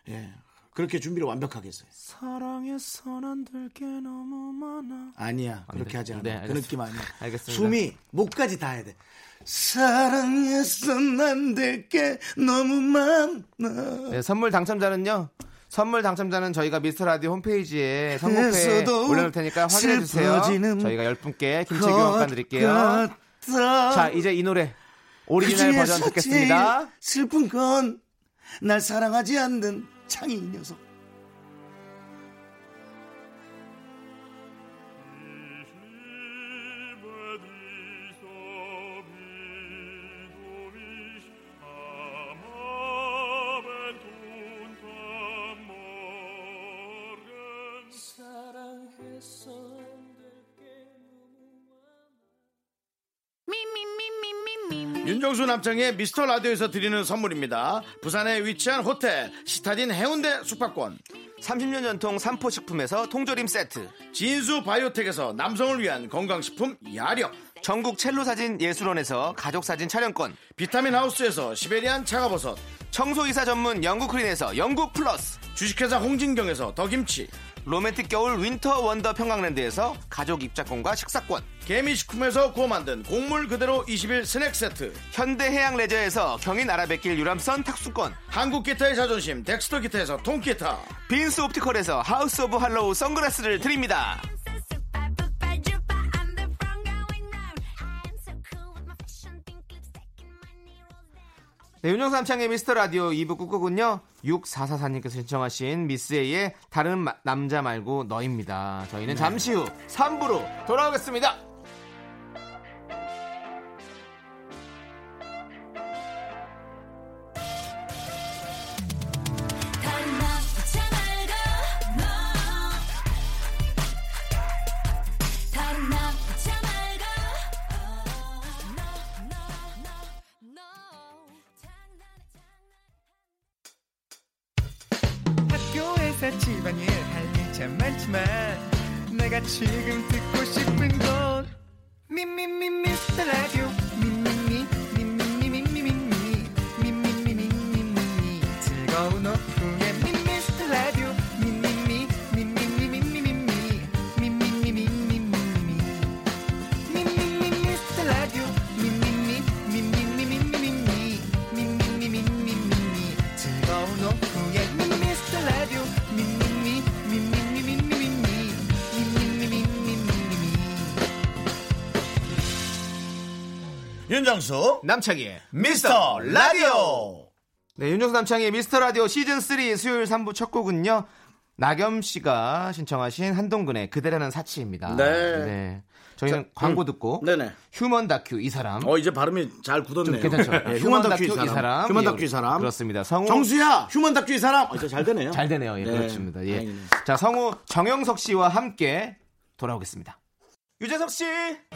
예, 그렇게 준비를 완벽하게 했어요. 사랑해선 안 될게 너무 많아. 아니야 그렇게 돼. 하지 않아. 네, 그 알겠습니다. 느낌 아니야. 알겠습니다. 숨이 목까지 다 해야 돼. 사랑해서 안될게 너무 많아. 네, 선물 당첨자는요. 선물 당첨자는 저희가 미스터 라디오 홈페이지에 선곡표에 그래서도 올려놓을 테니까 확인해 주세요. 슬퍼지는 저희가 10분께 김치 교환권 드릴게요. 자, 이제 이 노래 오리지널 버전 듣겠습니다. 슬픈 건 날 사랑하지 않는 창이 이 녀석. 윤정수 남창의 미스터 라디오에서 드리는 선물입니다. 부산에 위치한 호텔 시타딘 해운대 숙박권, 30년 전통 삼포식품에서 통조림 세트. 진수 바이오텍에서 남성을 위한 건강식품 야력, 전국 첼로 사진 예술원에서 가족 사진 촬영권. 비타민 하우스에서 시베리안 차가버섯, 청소이사 전문 영국 크린에서 영국 플러스. 주식회사 홍진경에서 더김치, 로맨틱 겨울 윈터 원더 평강랜드에서 가족 입자권과 식사권. 개미식품에서 구워 만든 곡물 그대로 21 스낵 세트, 현대해양 레저에서 경인 아라뱃길 유람선 탁수권. 한국 기타의 자존심 덱스터 기타에서 통기타, 빈스 옵티컬에서 하우스 오브 할로우 선글라스를 드립니다. I'm so cool with my fashion, pink lipstick and my knee rolled down. 네, 윤정수 남창의 미스터 라디오 2부 끝곡은요. 6444님께서 신청하신 미스에이의 다른 마- 남자 말고 너입니다. 저희는 잠시 후 3부로 돌아오겠습니다. 다른 남자 말고 너 다른 남자 말고 학교에서 집안일 할 일 참 많지만 내가 지금 듣고 싶은 건 미미미 미스터 라디오 미미미 미미미 미미미 미미미 미미미 즐거운 오후에 미스터 라디오 미미미 미미미 미미미 미미미 미미미 윤정수 남창희의 미스터 라디오 네, 윤정수 남창희의 미스터 라디오 시즌 3 수요일 3부 첫 곡은요. 나겸 씨가 신청하신 한동근의 그대라는 사치입니다. 네. 음. 저희는 광고 듣고 네네 휴먼 다큐 이 사람 어 이제 발음이 잘 좀 굳었네요 괜찮죠? 아, 예, 휴먼 휴먼 다큐 이 사람, 휴먼 예, 다큐 이 사람 그렇습니다. 성우 정수야 휴먼 다큐 이 사람 어, 이제 잘 되네요 잘 되네요. 예, 네, 그렇습니다. 예. 다행이네요. 자, 성우 정영석 씨와 함께 돌아오겠습니다. 유재석 씨. 네,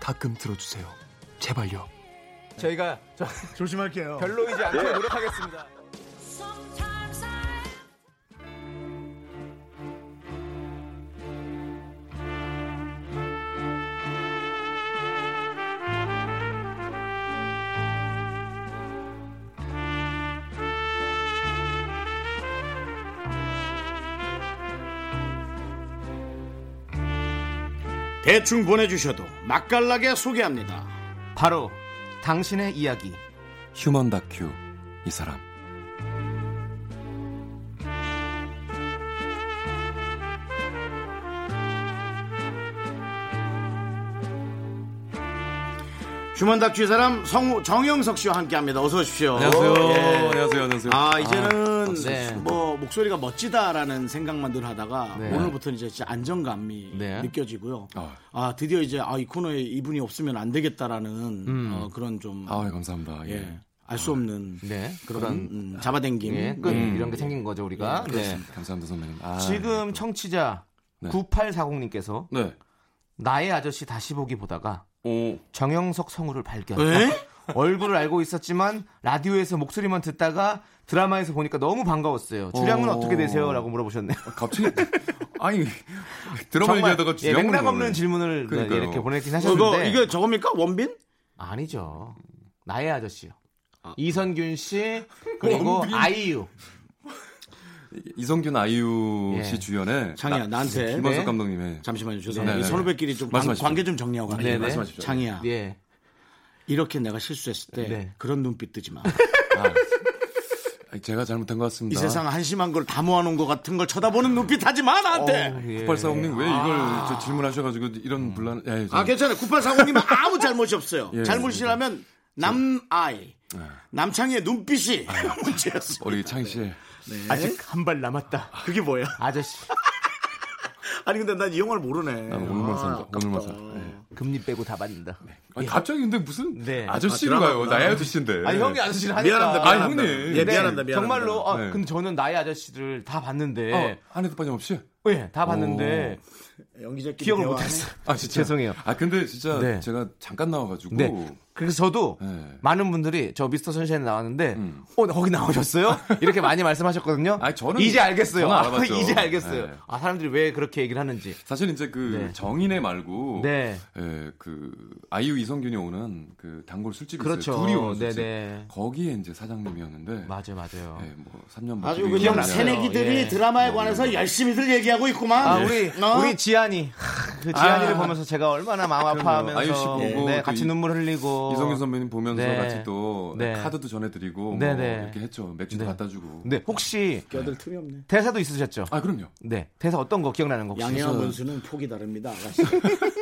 가끔 들어주세요. 제발요. 저희가 저- 조심할게요 별로이지 예. 않게 노력하겠습니다. 대충 보내주셔도 맛깔나게 소개합니다 바로 당신의 이야기. 휴먼 다큐 이 사람. 휴먼 다큐 이 사람 성우 정영석 씨와 함께합니다 어서 오십시오 예. 안녕하세요. 안녕하세요. 아 이제는 네. 뭐 목소리가 멋지다라는 생각만 늘 하다가 네. 오늘부터는 이제 진짜 안정감이 네. 느껴지고요. 어. 아 드디어 이제 아, 이 코너에 이분이 없으면 안 되겠다라는 음. 어, 그런 좀 아, 예, 감사합니다. 예. 예, 알 수 없는 네. 그런 그런, 음, 잡아당김. 예, 끝 이런 게 생긴 거죠, 우리가. 네. 감사합니다, 선배님. 그렇죠. 아, 지금 청취자 네. 9840님께서 네. 나의 아저씨 다시 보기 보다가 오. 정영석 성우를 발견. 에? 얼굴을 알고 있었지만 라디오에서 목소리만 듣다가 드라마에서 보니까 너무 반가웠어요. 주량은 어. 어... 떻게 되세요?라고 물어보셨네요. 갑자기 아니 들어볼 얘기하다가 예, 주영으로 맥락 가버리네. 없는 질문을 네, 그러니까요. 이렇게 보내긴 어, 이거 하셨는데 이거 저겁니까 원빈? 아니죠. 나의 아저씨요. 이선균 씨 그리고 원빈. 아이유. 이성균 아이유 예. 씨 주연의 창희야 나한테 김원석 네. 감독님의 잠시만요 네, 죄송합니다. 이 네. 선후배끼리 좀 관- 말씀하십시오. 관계 좀 정리하고 가요. 네네. 말씀하십시오. 창희야 예. 이렇게 내가 실수했을 때 네. 그런 눈빛 뜨지 마. 아, 제가 잘못한 것 같습니다. 이 세상 한심한 걸 다 모아놓은 것 같은 걸 쳐다보는 눈빛 하지 마 나한테. 어, 예. 그 폭발사옥님 왜 예. 이걸 아. 저 질문하셔가지고 음. 이런 분란? 예, 아 그- 괜찮아요. 9840님은 아무 잘못이 없어요. 예, 잘못이라면 남아이 남창희의 눈빛이 문제였어. 우리 창희 씨 네. 아직 한 발 남았다. 그게 뭐야? 아저씨 아니 근데 난 이 영화를 모르네. 나는 아, 오늘만 산다. 아, 오늘만 산다. 예. 금리 빼고 다 받는다. 아니, 갑자기 근데 무슨 예. 네. 아저씨로 가요? 나의 아저씨인데. 아니 형이 아저씨를 하니까. 미안합니다. 아니, 미안합니다. 형님. 예, 네, 미안합니다. 미안합니다. 정말로 아, 네. 근데 저는 나의 아저씨를 다 봤는데 어, 한해도 빠짐없이. 예, 다 봤는데 연기자끼리 기억을 대화하네. 못했어. 아 진짜 죄송해요. 아 근데 진짜 네. 제가 잠깐 나와가지고 네. 그래서 저도 네. 많은 분들이 저 미스터 선샤인 나왔는데 어 거기 나오셨어요? 이렇게 많이 말씀하셨거든요. 아니, 저는- 이제 알겠어요. 저는 알아봤죠. 이제 알겠어요. 네. 아 사람들이 왜 그렇게 얘기를 하는지. 사실 이제 그 네. 정인의 말고 네. 예, 그 아이유 이성균이 오는 그 단골 술집이 그렇죠. 있어요. 둘이 오는 술집. 네네. 거기에 이제 사장님이었는데 맞아요, 맞아요. 예, 뭐 3년 아주 먹기 그냥 위해서 기억나네요. 새내기들이 예. 드라마에 관해서 열심히들 얘기하고 있구만. 아, 우리 어? 우리 지한이 하, 그 지한이를 보면서 제가 얼마나 마음 아이유 씨 아파하면서 보고 네, 또 같이 이- 눈물 어. 흘리고 이성균 선배님 보면서 네. 같이 또 네. 카드도 전해드리고 뭐 네네. 이렇게 했죠. 맥주도 네. 갖다 주고. 네, 혹시 껴들 틈이 없네. 대사도 있으셨죠? 아 그럼요. 네. 대사 어떤 거 기억나는 거 혹시? 양해와 그래서- 문수는 폭이 다릅니다. 아가씨.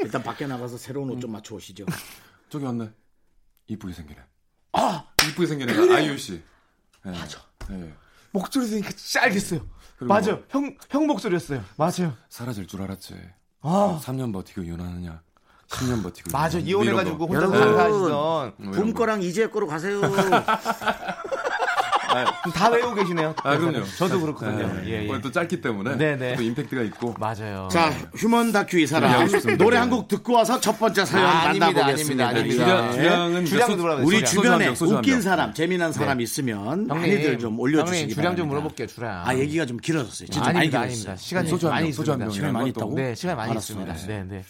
일단 밖에 나가서 새로운 옷 좀 맞춰 음, 오시죠. 저기 왔네. 이쁘게 생기네. 아! 이쁘게 생기네. 아이유 씨. 맞아. 목소리 들으니까 진짜 알겠어요. 그리고 뭐 맞아요. 형, 형 목소리였어요. 맞아요. 사라질 줄 알았지. 뭐 아. 3년 버티고 이혼하느냐. 10년 버티고. 맞아. 이혼하느냐. 이혼해가지고 뭐 이런 거. 혼자 여러분. 장사하시던. 뭐 이런 붐 거. 거랑 이제 거로 가세요. 다 외우고 계시네요. 아, 그럼요. 저도 그렇거든요. 네. 예, 예. 오늘 또 짧기 때문에 네네. 또 임팩트가 있고. 맞아요. 자, 휴먼 다큐 이 사람. 얘기하고 싶습니다. 노래 한 곡 듣고 와서 첫 번째 사연 예. 아, 아닙니다, 만나보겠습니다. 예. 아닙니다, 주량, 네. 주량은 주량 몇 소- 물어봐요, 우리 주량. 소주 한 주변에 병, 소주 한 웃긴 병. 사람, 재미난 사람 있으면 많이들 좀 네. 형님, 올려주시기 주량 바랍니다. 좀 물어볼게요, 주량. 아, 얘기가 좀 길어졌어요. 진짜 많이 아닙니다, 네, 길어졌어요. 아닙니다. 시간이 소주 한 많이 병, 소주 한 있습니다. 병. 시간이 많이 이런 것도. 있다고? 네, 시간 많이 알았어요. 있습니다. 네, 네.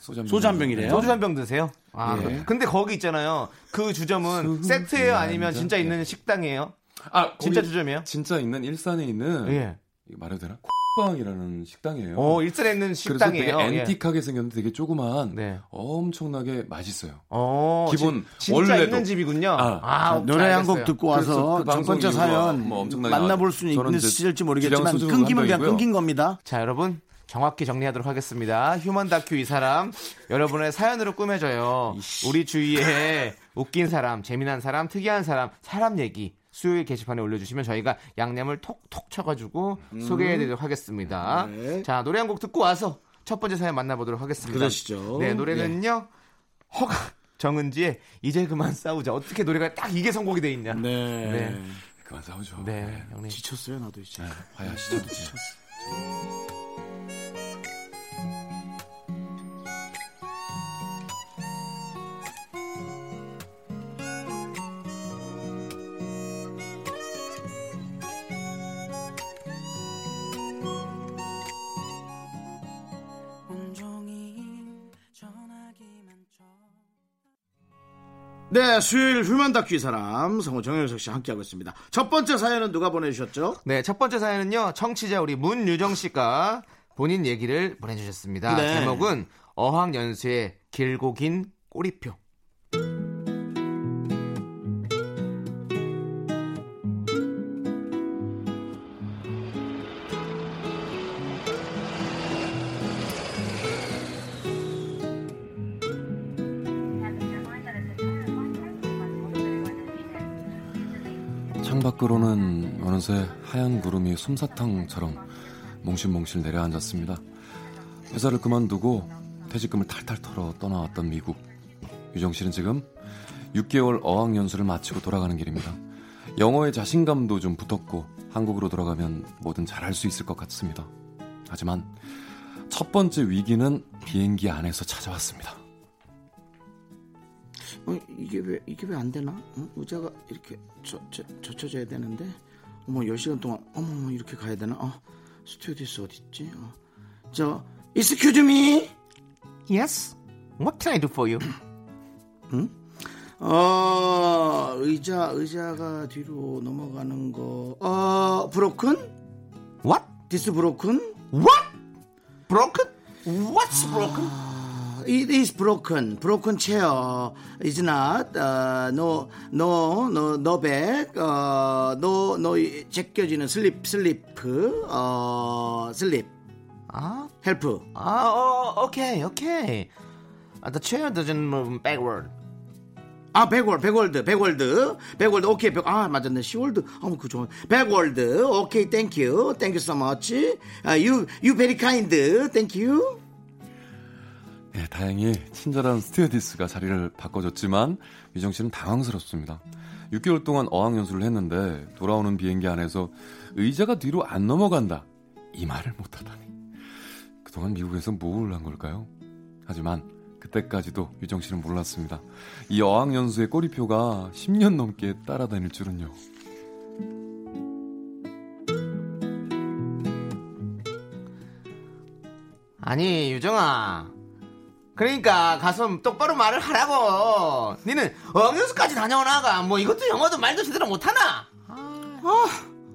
소주 한, 소주 한 병. 병이래요. 소주 한 병 드세요? 아, 네. 근데 거기 있잖아요. 그 주점은 세트예요? 아니면 진짜 있는 식당이에요? 아, 진짜 거기 주점이에요? 진짜 있는 일산에 있는 예. 이거 말해도 되나? 빵이라는 식당이에요. 어, 일산에 있는 그래서 되게 식당이에요. 예. 앤틱하게 생겼는데 되게 조그만 네. 엄청나게 맛있어요. 어, 기본 진, 진짜 원래도. 있는 집이군요. 아, 자, 노래 한 알겠어요. 곡 듣고 그래서 와서 그 첫 방송 번째 이후로 사연 뭐 엄청나게 만나볼 나왔죠. 수는 저는 이제 있을지 주량 모르겠지만 소주는 끊기면 한 그냥 병이고요. 끊긴 겁니다. 자, 여러분 정확히 정리하도록 하겠습니다. 휴먼 다큐 이 사람 여러분의 사연으로 꾸며줘요. 우리 주위에 웃긴 사람, 재미난 사람, 특이한 사람, 사람 얘기 수요일 게시판에 올려주시면 저희가 양념을 톡톡 쳐가지고 소개해드리도록 하겠습니다. 음. 네. 자, 노래 한 곡 듣고 와서 첫 번째 사연 만나보도록 하겠습니다. 그러시죠. 예. 네, 노래는요. 허가 정은지의 이제 그만 싸우자. 어떻게 노래가 딱 이게 선곡이 돼 있냐? 네, 네. 네. 그만 싸우죠. 네. 형님. 지쳤어요, 나도 이제. 화야 시도 지쳤어. 네, 수요일 휴먼 다큐 이 사람 성우 정현석 씨 함께하고 있습니다. 첫 번째 사연은 누가 보내주셨죠? 네, 첫 번째 사연은요. 청취자 우리 문유정 씨가 본인 얘기를 보내주셨습니다. 네. 제목은 어학연수의 길고 긴 꼬리표. 창밖으로는 어느새 하얀 구름이 솜사탕처럼 몽실몽실 내려앉았습니다. 회사를 그만두고 퇴직금을 탈탈 털어 떠나왔던 미국. 유정 씨는 지금 6개월 어학연수를 마치고 돌아가는 길입니다. 영어에 자신감도 좀 붙었고 한국으로 돌아가면 뭐든 잘할 수 있을 것 같습니다. 하지만 첫 번째 위기는 비행기 안에서 찾아왔습니다. 어, 이게 왜 이게 왜 안 되나? 어? 의자가 이렇게 젖, 젖, 젖혀져야 되는데 어머 10시간 동안 어머 어머 이렇게 가야 되나? 어, 스튜디오스 어디 있지? 어. 저 excuse me. Yes. What can I do for you? 어, 의자 의자가 뒤로 넘어가는 거. 어, 브로큰? What? 디스 브로큰? 아, What? Broken? What's broken? It is broken. Broken chair is not. Uh, no, no, no, no bag. Uh, no, no. 제껴지는 슬립, 슬립. 어, 슬립. 아, 헬프. 아, 어, 오케이, 오케이. Uh, The chair doesn't move backward. 아, 백월, 백월드, 백월드, 백월드, 오케이, 백, 아, 맞았네, 시월드, 아, 그 좋은, 백월드, 오케이, 땡큐, 땡큐 so much, 아, you, you very kind, 땡큐. 예, 다행히 친절한 스튜어디스가 자리를 바꿔줬지만 유정 씨는 당황스럽습니다. 6개월 동안 어학 연수를 했는데 돌아오는 비행기 안에서 의자가 뒤로 안 넘어간다 이 말을 못하다니 그동안 미국에서 뭘 한 걸까요? 하지만 그때까지도 유정 씨는 몰랐습니다. 이 어학연수의 꼬리표가 10년 넘게 따라다닐 줄은요. 아니 유정아 그러니까 가서 똑바로 말을 하라고 니는 어학연수까지 다녀오나가 뭐 이것도 영어도 말도 제대로 못하나 아,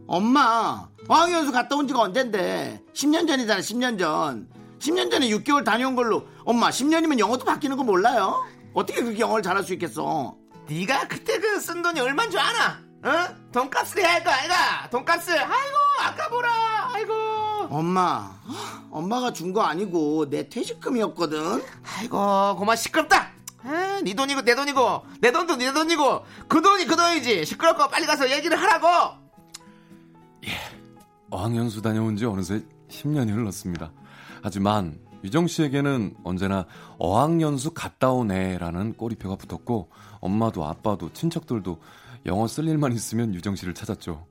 엄마, 어학연수 갔다 온 지가 언젠데? 10년 전이잖아, 10년 전. 10년 전에 6개월 다녀온 걸로. 엄마, 10년이면 영어도 바뀌는 거 몰라요? 어떻게 그렇게 영어를 잘할 수 있겠어? 네가 그때 그 쓴 돈이 얼만 줄 아나 응? 돈값을 해야 할 거 아이가 돈값을 아이고 아까보라 아이고 엄마, 하, 엄마가 준 거 아니고 내 퇴직금이었거든? 아이고 고마 시끄럽다 에이, 네 돈이고 내 돈이고 내 돈도 네 돈이고 그 돈이 그 돈이지 시끄럽고 빨리 가서 얘기를 하라고 어학연수 다녀온 지 어느새 10년이 흘렀습니다. 하지만 유정 씨에게는 언제나 어학연수 갔다 오네라는 꼬리표가 붙었고 엄마도 아빠도 친척들도 영어 쓸 일만 있으면 유정 씨를 찾았죠.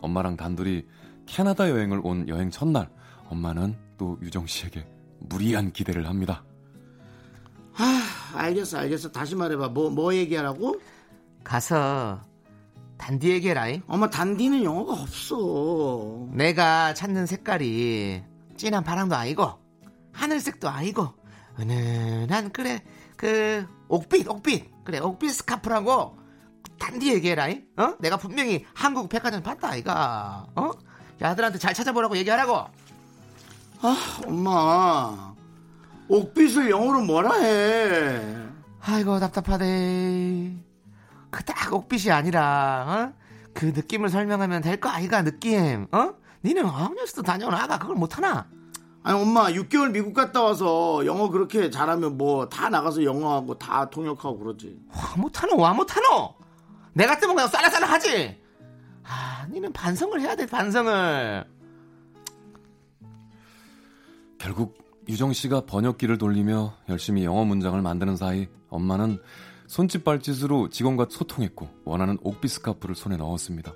엄마랑 단둘이 캐나다 여행을 온 여행 첫날 엄마는 또 유정 씨에게 무리한 기대를 합니다. 알겠어, 알겠어. 다시 말해봐. 뭐, 뭐 얘기하라고? 가서 단디 얘기해라잉 엄마, 단디는 영어가 없어. 내가 찾는 색깔이 진한 바람도 아니고 하늘색도 아니고 은은한 그래 그 옥빛 옥빛 그래 옥빛 스카프라고 단디 얘기해라잉 어? 내가 분명히 한국 백화점 봤다 아이가 어? 야들한테 잘 찾아보라고 얘기하라고 엄마, 옥빛을 영어로 뭐라 해? 아이고 답답하대 그딱 옥빛이 아니라 어? 그 느낌을 설명하면 될 거 아이가 느낌 어? 니는 어학연수도 다녀오나가 그걸 못하나 아니 엄마 6개월 미국 갔다 와서 영어 그렇게 잘하면 뭐 다 나가서 영어하고 다 통역하고 그러지 와 못하노 와 못하노 내 같으면 그냥 쌀라쌀라 하지 아 니는 반성을 해야 돼 반성을 결국 유정 씨가 번역기를 돌리며 열심히 영어 문장을 만드는 사이 엄마는 손짓 발짓으로 직원과 소통했고 원하는 옥비 스카프를 손에 넣었습니다.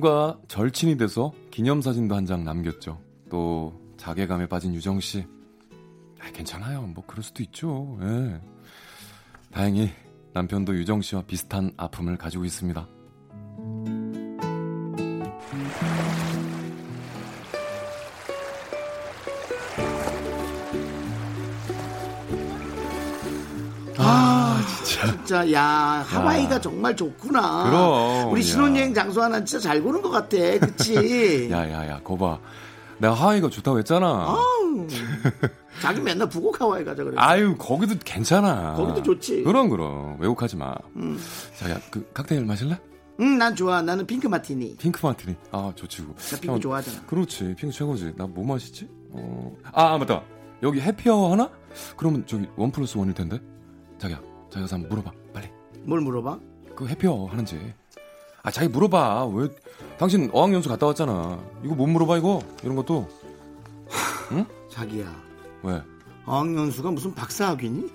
직원과 절친이 돼서 기념사진도 한 장 남겼죠. 또 자괴감에 빠진 유정 씨. 아, 괜찮아요. 뭐 그럴 수도 있죠. 예. 다행히 남편도 유정 씨와 비슷한 아픔을 가지고 있습니다. 아, 진짜. 진짜 야 하와이가 정말 좋구나 그럼, 우리 야. 신혼여행 장소 하나 진짜 잘 고른 것 같아 그치 야야야, 거봐. 내가 하와이가 좋다고 했잖아. 아우, 자기 맨날 북옥 하와이 가자 그래 아유 거기도 괜찮아. 거기도 좋지. 음. 그럼 그럼 왜곡하지 마. 자야 그 칵테일 마실래? 응난 좋아 나는 핑크 마티니 핑크 마티니. 아 좋지. 고 나 핑크 좋아하잖아 그렇지 핑크 최고지. 나 뭐 마시지? 어. 아 맞다. 여기 해피아워 하나? 그러면 저기 원 플러스 원일 텐데. 자기야 자기가 한번 물어봐 빨리. 뭘 물어봐 그 해피아워 하는지. 아 자기 물어봐. 왜 당신 어학연수 갔다 왔잖아. 이거 못 물어봐 이거 이런 것도 자기야 왜? 어학연수가 무슨 박사학위니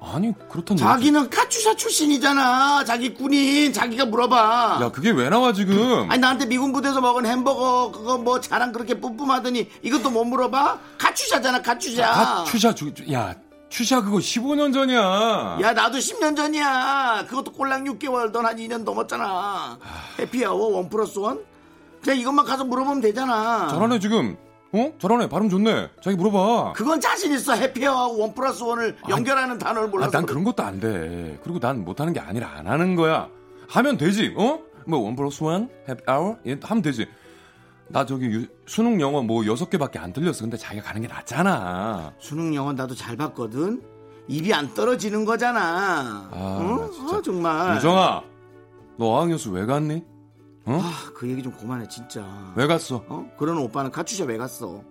아니 그렇단 얘기지. 자기는 카투사 출신이잖아 자기 군인 자기가 물어봐 야 그게 왜 나와 지금? 아니 나한테 미군 부대에서 먹은 햄버거 그거 뭐 자랑 그렇게 뿜뿜하더니 이것도 못 물어봐? 가추샤잖아 가추샤 아, 추샤 주, 주- 야 추샤 그거 15년 전이야. 야 나도 10년 전이야 그것도 꼴랑 6개월 넌 한 2년 넘었잖아 해피아워 원 플러스 원? 그냥 이것만 가서 물어보면 되잖아 잘하네 지금. 어? 잘하네 발음 좋네. 자기 물어봐. 그건 자신 있어 해피아워 원 플러스 원을 연결하는 단어를 아, 몰라서 난 그런 것도 안 돼. 그리고 난 못하는 게 아니라 안 하는 거야. 하면 되지. 어? 뭐 원 플러스 원, have hour 예, 하면 되지. 나 저기 유- 수능 영어 뭐 여섯 개밖에 안 들렸어. 근데 자기가 가는 게 낫잖아. 수능 영어 나도 잘 봤거든 입이 안 떨어지는 거잖아 아, 응? 나 진짜. 아, 정말 유정아, 너 어학연수 왜 갔니? 아, 그 얘기 좀 그만해 진짜 왜 갔어? 어? 그런 오빠는 카츄샤 왜 갔어?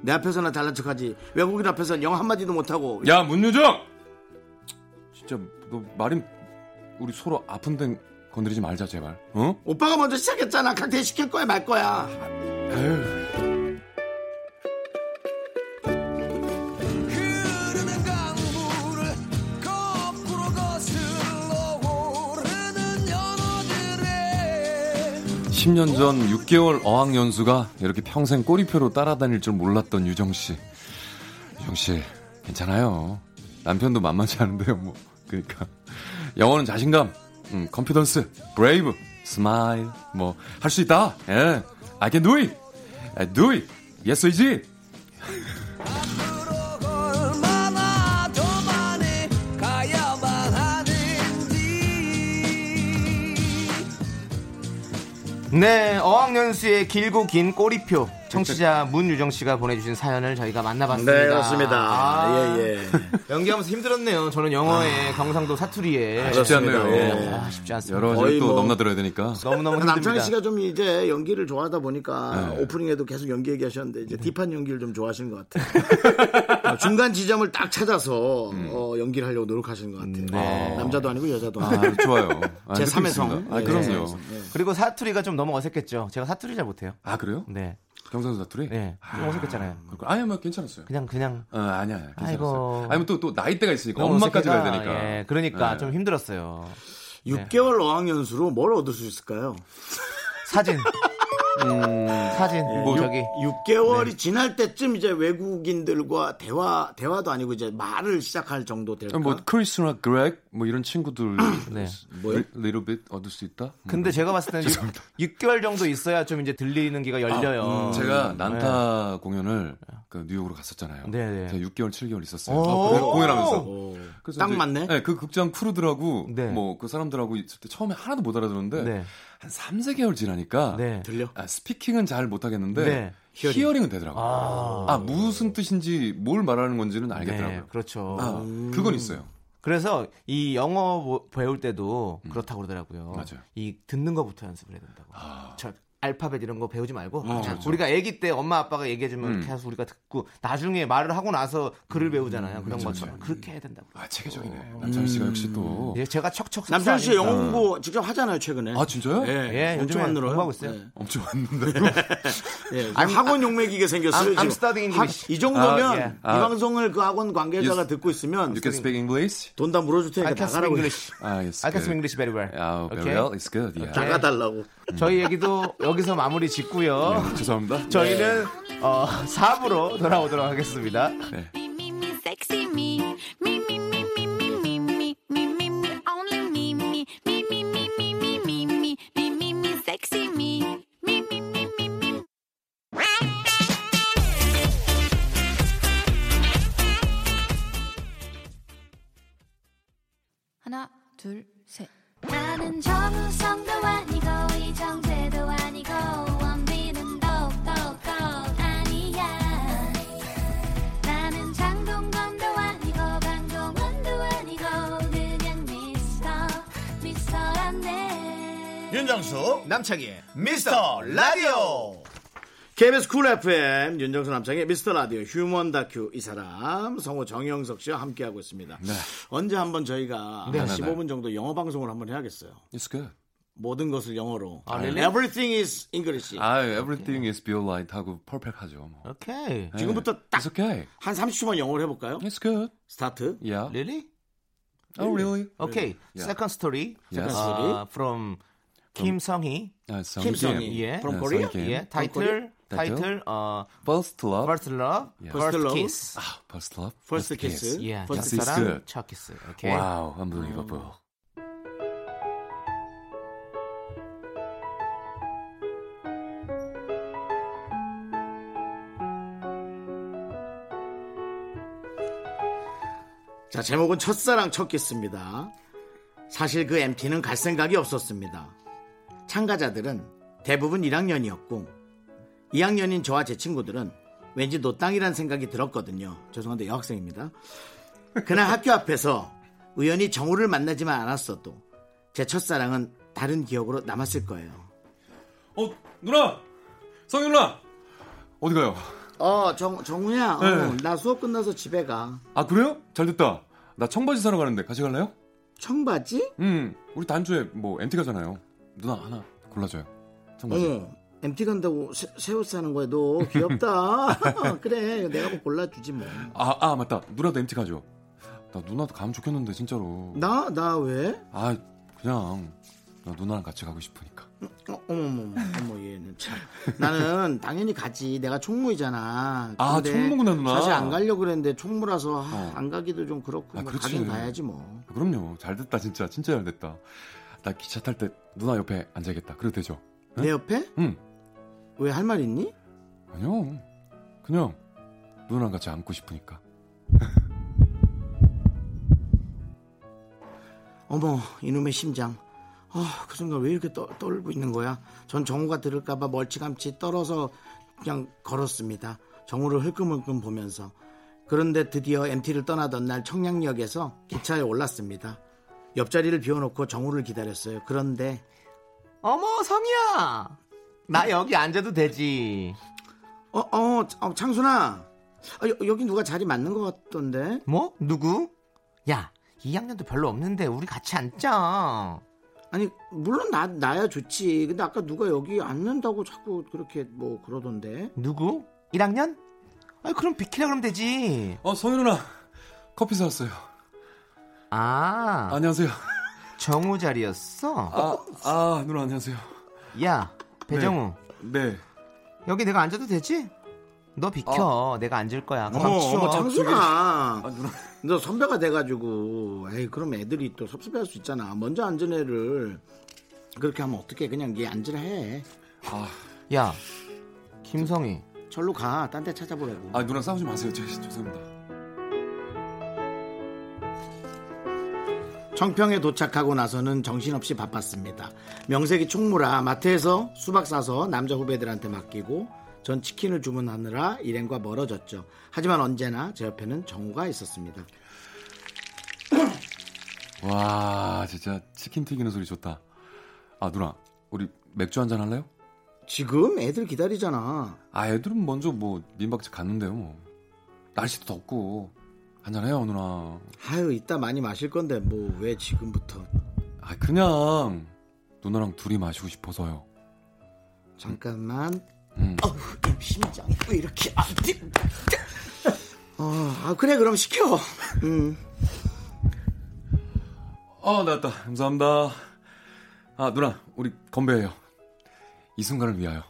내 앞에서나 잘난 척하지 외국인 앞에서는 영어 한마디도 못하고 야 문유정! 진짜 너 말임 우리 서로 아픈 데 건드리지 말자 제발. 어? 오빠가 먼저 시작했잖아 칵테일 시킬 거야 말 거야 오르는 연어들의 10년 전 6개월 어학연수가 이렇게 평생 꼬리표로 따라다닐 줄 몰랐던 유정 씨. 유정 씨, 괜찮아요. 남편도 만만치 않은데요, 뭐. 그러니까 영어는 자신감, 음, confidence, brave, smile, 뭐 할 수 있다. 예, I can do it, I do it, yes, easy. 네, 어학연수의 길고 긴 꼬리표. 청취자 문유정 씨가 보내주신 사연을 저희가 만나봤습니다. 네, 그렇습니다. 아, 예, 예. 연기하면서 힘들었네요. 저는 영어에 경상도 사투리에 아, 쉽지 않네요. 그렇습니다. 예. 아, 쉽지 않습니다. 여러 거의 가지 또 뭐- 넘나들어야 되니까. 너무너무 아, 남창희 힘듭니다. 네. 씨가 좀 이제 연기를 좋아하다 보니까 오프닝에도 계속 연기 얘기하셨는데 음. 이제 딥한 연기를 좀 좋아하시는 것 같아요. 어, 중간 지점을 딱 찾아서 음. 어, 연기를 하려고 노력하시는 것 같아요. 네. 어, 남자도 아니고 여자도 아, 아니고. 좋아요. 아, 제 느끼고 삼의 성. 있습니다. 아, 예, 그럼요. 그리고 사투리가 좀 너무 어색했죠. 제가 사투리 잘 못해요. 아, 그래요? 네, 경상도 사투리? 네, 좀 어색했잖아요. 그렇구나. 아니, 뭐 괜찮았어요. 그냥 그냥 어, 아니야, 아니야. 아이고. 괜찮았어요. 아니면 또, 또 나이대가 있으니까 너무 엄마까지 어색해가- 가야 되니까. 예, 그러니까 예. 좀 힘들었어요. 6개월 어학연수로 뭘 얻을 수 있을까요? 사진, 음. 사진, 뭐 저기 6개월이 네. 지날 때쯤 이제 외국인들과 대화 대화도 아니고 이제 말을 시작할 정도 될까? 뭐 크리스나 그렉 뭐 이런 친구들 그러니까. 네. 그, 뭐요? little bit 얻을 수 있다. 뭐 근데 제가 봤을 때는 6, 개월 정도 있어야 좀 이제 들리는 귀가 열려요. 아, 음. 음. 제가 난타 공연을 그 뉴욕으로 갔었잖아요. 네, 네. 제가 6개월, 7개월 있었어요. 오. 그 공연하면서. 그래서 딱 이제, 맞네. 네, 그 극장 크루들하고 네. 뭐 그 사람들하고 있을 때 처음에 하나도 못 알아들었는데 네. 한 3, 4개월 지나니까 네. 들려? 아, 스피킹은 잘 못하겠는데 네. 히어링. 은 되더라고요. 아. 무슨 뜻인지 뭘 말하는 건지는 알겠더라고요. 네, 그렇죠. 아, 그건 있어요. 그래서 이 영어 뭐- 배울 때도 그렇다고 그러더라고요. 음. 맞아요. 아. 이 듣는 거부터 연습을 해야 된다고. 저 알파벳 이런 거 배우지 말고 자, 그렇죠. 우리가 아기 때 엄마 아빠가 얘기해 주면 음. 계속 우리가 듣고 나중에 말을 하고 나서 글을 배우잖아요. 그렇죠, 그런 것처럼 그렇게 해야 된다고. 아, 체계적이네. 남창희 씨가 역시 또. 예, 제가 척척 남창희 씨 영어 씁쓸하니까. 공부 직접 하잖아요 최근에. 아, 진짜요? 예, 예, 엄청 요즘에 안 늘어요. 공부하고 있어요. 예. 엄청 왔는데. 예, 지금 학원 용매기가 생겼어요. I'm- 지금. I'm studying 학- English. 이 정도면 아, 예. 이 아. 방송을 그 학원 관계자가 Yes. 듣고 있으면 You can speak English? 돈 다 물어줄 테니까 I can speak 나가라고 예. English. 아, yes. I can speak English very well. 아, very Okay? well. It's good. Yeah. 나가달라고. 저희 얘기도 여기서 마무리 짓고요. 예. 어, 죄송합니다. 저희는 어, 4부로 돌아오도록 하겠습니다. Me, me, me, sexy me. Me, me, me, me, me, me, me, me, me, me, only me, me. Me, me, me, me, me, me, me, me, me, me, sexy me. Me, me, me, me, me. 하나, 둘, 셋. 나는 정우성도 아니고 이정재도 아니고 원빈은 더욱더 아니야 나는 장동건도 아니고 강동원도 아니고 그냥 미스터 미스터란데 예. 윤정수 남창희의 미스터 라디오. KBS 쿨 FM 윤정수 남창의 미스터 라디오 휴먼 다큐 이 사람 성우 정영석 씨와 함께하고 있습니다. 언제 한번 저희가 한 네, 네. 15분 정도 영어 방송을 한번 해야겠어요. It's good. 모든 것을 영어로. 아, really? Everything is English. 아, everything is be alright 하고 perfect 하죠. 어? 뭐. 오케이. 네. 지금부터 딱. It's okay. 한 30초만 영어로 해볼까요? It's good. 스타트. Yeah. Really? Oh, really? Okay. Yeah. Second story. Yes. Uh, from Kim Sung Hee. 아, 성 김성희. 게임. 예. From 아, Korea? 성 게임. Yeah. Title. Title. Title. Uh, First love. first love. Yeah. First, First love. kiss. 아, first love. First kiss. kiss. Yeah. 그 First kiss. 첫사랑. 첫 키스. Okay. Wow, unbelievable. 자, 제목은 첫사랑 첫 키스입니다. 사실 그 MT는 갈 생각이 없었습니다. 참가자들은 대부분 1학년이었고 2학년인 저와 제 친구들은 왠지 노땅이란 생각이 들었거든요. 죄송한데 여학생입니다. 그날 학교 앞에서 우연히 정우를 만나지만 않았어도 제 첫사랑은 다른 기억으로 남았을 거예요. 어, 누나! 성희 누나! 어디 가요? 어, 정, 정우야. 어, 네. 나 수업 끝나서 집에 가. 아, 그래요? 잘 됐다. 나 청바지 사러 가는데 같이 갈래요? 청바지? 음, 우리 단주에 뭐 MT 가잖아요. 누나 하나 골라줘요. 청바지. 어머, MT 간다고 새, 새옷 사는 거야, 너. 귀엽다. 그래, 내가 뭐 골라주지 뭐. 아, 아 맞다. 누나도 MT 가죠. 나 누나도 가면 좋겠는데 진짜로. 나? 나 왜? 아 그냥 나 누나랑 같이 가고 싶으니까. 어, 어머머, 어머, 얘는 참. 나는 당연히 가지. 내가 총무이잖아. 아, 근데 총무구나, 누나. 사실 안 가려고 그랬는데 총무라서 아, 어. 안 가기도 좀 그렇고 아, 뭐 그렇지. 가긴 가야지 뭐. 그럼요. 잘 됐다 진짜. 진짜 잘 됐다. 나 기차 탈 때 누나 옆에 앉아야겠다. 그래도 되죠? 응? 내 옆에? 응. 왜 할 말 있니? 아니요. 그냥 누나랑 같이 앉고 싶으니까. 어머 이놈의 심장. 아, 그 순간 왜 이렇게 떠, 떨고 있는 거야? 전 정우가 들을까봐 멀찌감치 떨어서 그냥 걸었습니다. 정우를 흘끔흘끔 보면서. 그런데 드디어 MT를 떠나던 날 청량역에서 기차에 올랐습니다. 옆자리를 비워놓고 정우를 기다렸어요. 그런데 어머 성희야 나 여기 앉아도 되지 어, 어, 어, 창순아. 아, 여, 기 누가 자리 맞는 것 같던데. 뭐 누구 야 2학년도 별로 없는데 우리 같이 앉자 아니, 물론 나, 나야 좋지. 근데 아까 누가 여기 앉는다고 자꾸 그렇게 뭐 그러던데. 누구 1학년 아 그럼 비키라 그러면 되지 어, 성희 누나. 커피 사왔어요. 아 안녕하세요. 정우 자리였어 아, 아, 누나 안녕하세요. 야 배정우 네. 여기 내가 앉아도 되지 너 비켜 내가 앉을 거야 가방 어. 어머, 치워. 어머, 창순아. 아, 누나. 너 선배가 돼가지고, 에이, 그럼 애들이 또 섭섭해할 수 있잖아. 먼저 앉은 애를 그렇게 하면 어떻게 그냥 얘 앉으라 해. 아, 야 김성희 절로 가. 딴 데 찾아보라고. 아 누나 싸우지 마세요. 제, 죄송합니다. 청평에 도착하고 나서는 정신없이 바빴습니다. 명색이 총무라 마트에서 수박 사서 남자 후배들한테 맡기고 전 치킨을 주문하느라 일행과 멀어졌죠. 하지만 언제나 제 옆에는 정우가 있었습니다. 와, 진짜 치킨 튀기는 소리 좋다. 아, 누나. 우리 맥주 한잔 할래요? 지금 애들 기다리잖아. 아, 애들은 먼저 뭐 민박집 갔는데요, 뭐. 날씨도 덥고. 한잔 해요, 누나. 아유 이따 많이 마실 건데 뭐 왜 지금부터 아, 그냥 누나랑 둘이 마시고 싶어서요. 잠깐만. 음. 어우, 이 심장이 왜 이렇게 안 뛰? 어, 아 그래 그럼 시켜. 음. 아, 나왔다. 감사합니다. 아, 누나, 우리 건배해요. 이 순간을 위하여.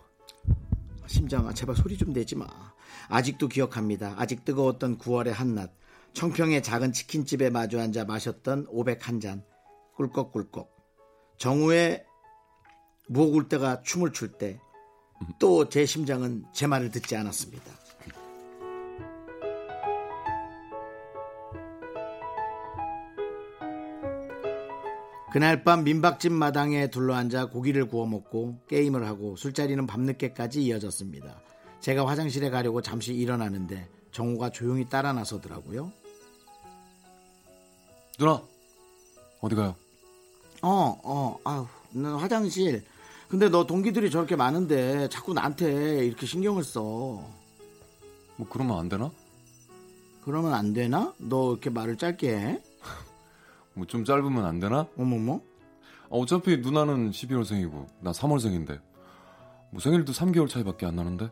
심장아 제발 소리 좀 내지 마. 아직도 기억합니다. 아직 뜨거웠던 9월의 한낮. 청평의 작은 치킨집에 마주 앉아 마셨던 500 한잔 꿀꺽꿀꺽. 정우의 목울 때가 춤을 출 때 또 제 심장은 제 말을 듣지 않았습니다. 그날 밤 민박집 마당에 둘러앉아 고기를 구워 먹고 게임을 하고 술자리는 밤늦게까지 이어졌습니다. 제가 화장실에 가려고 잠시 일어나는데 정우가 조용히 따라 나서더라고요. 누나, 어디 가요? 어, 어, 아우, 난 화장실. 근데 너 동기들이 저렇게 많은데 자꾸 나한테 이렇게 신경을 써. 뭐 그러면 안 되나? 그러면 안 되나? 너 이렇게 말을 짧게 해? 뭐 좀 짧으면 안 되나? 어머머. 아, 어차피 누나는 11월생이고 나 3월생인데 뭐 생일도 3개월 차이밖에 안 나는데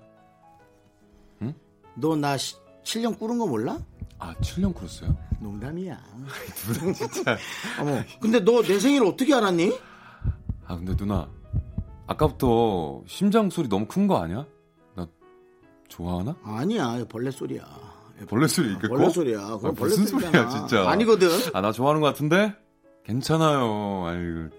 너 나 7년 꾸른 거 몰라? 아 7년 그랬어요? 농담이야. 누나 진짜 어머. 근데 너 내 생일 어떻게 알았니? 아 근데 누나 아까부터 심장 소리 너무 큰 거 아니야? 나 좋아하나? 아니야, 벌레 소리야. 벌레 소리 있겠고? 벌레 소리야. 그건 아, 벌레 무슨 소리잖아. 소리야, 진짜. 아니거든. 아 나 좋아하는 거 같은데? 괜찮아요 아이고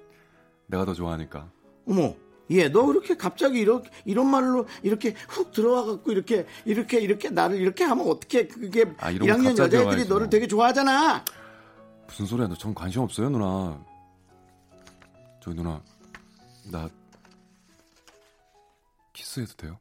내가 더 좋아하니까 어머, 얘 예, 너 그렇게 갑자기 이렇게 이런 말로 이렇게 훅 들어와 갖고 이렇게 이렇게 이렇게 나를 이렇게 하면 어떻게 그게 아, 이런 거 1학년 갑자기 여자애들이 와야지, 너를 뭐. 되게 좋아하잖아. 무슨 소리야 너 전 관심 없어요 누나 저 누나 나 키스해도 돼요?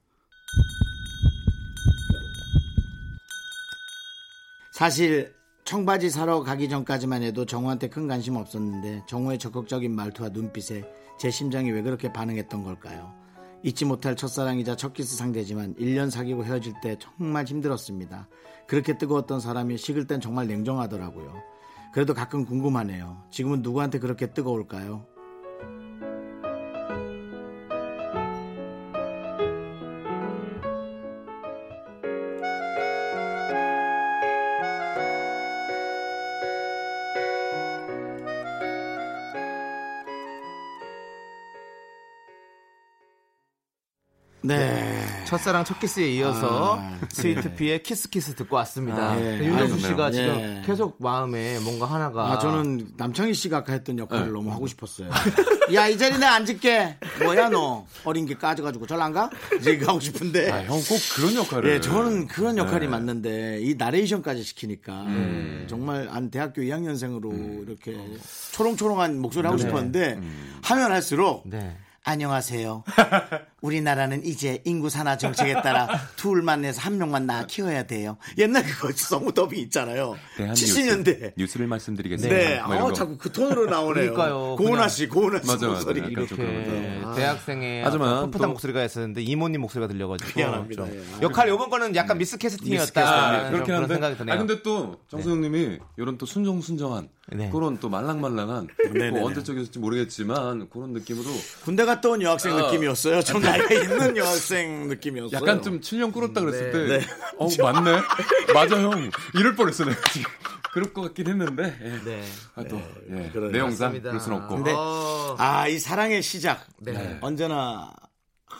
사실 청바지 사러 가기 전까지만 해도 정우한테 큰 관심 없었는데 정우의 적극적인 말투와 눈빛에 제 심장이 왜 그렇게 반응했던 걸까요? 잊지 못할 첫사랑이자 첫 키스 상대지만 1년 사귀고 헤어질 때 정말 힘들었습니다. 그렇게 뜨거웠던 사람이 식을 땐 정말 냉정하더라고요. 그래도 가끔 궁금하네요. 지금은 누구한테 그렇게 뜨거울까요? 네. 첫사랑 첫 키스에 이어서 아, 스위트피의 키스키스 듣고 왔습니다. 아, 예. 윤정수 아유, 씨가 그러네요. 지금 예. 계속 마음에 뭔가 하나가 아, 저는 남창희 씨가 아까 했던 역할을 네. 너무 하고 싶었어요. 야, 이 자리 내가 앉을게. 뭐야, 너. 어린 게 까져가지고 절 안 가? 이제 이거 하고 싶은데. 아, 형 꼭 그런 역할을. 네. 예, 저는 그런 역할이 맞는데 이 나레이션까지 시키니까 음. 정말 안 대학교 2학년생으로 이렇게 초롱초롱한 목소리 네. 하고 싶었는데 음. 하면 할수록 네. 안녕하세요. 우리나라는 이제 인구 산화 정책에 따라 둘만 내서 한 명만 낳아 키워야 돼요. 옛날 그거 성우 더빙 있잖아요. 네, 대한 70년대. 뉴스, 뉴스를 말씀드리겠습니다. 네, 뭐 이런 어, 거. 자꾸 그 톤으로 나오네요. 그러니까요. 고은아 그냥- 씨, 고은아 씨 네. 맞아, 맞아. 목소리. 약간 좀 이렇게 그런 예, 아. 대학생의 하지만 하지만 풋풋한 또- 목소리가 있었는데 이모님 목소리가 들려가지고 미안합니다. 좀 예. 아, 역할 요번 거는 약간 미스캐스팅이었다 아, 좀 그렇게 그런 하는데. 생각이 드네요. 아, 근데 또 정수영님이 이런 또 순정순정한 네. 그런 또 말랑말랑한 뭐 언제적이었을지 모르겠지만 그런 느낌으로 군대 갔다 온 여학생 느낌이었어요. 좀 나이가 있는 여학생 느낌이었어요. 약간 좀 7년 꿇었다 그랬을 때, 어, 맞네? 맞아, 형. 이럴 뻔했어, 내가 지금. 그럴 것 같긴 했는데, 예. 네. 아, 또, 예. 그래요. 내용상 맞습니다. 그럴 순 없고. 네. 근데 어, 아, 이 사랑의 시작. 네. 언제나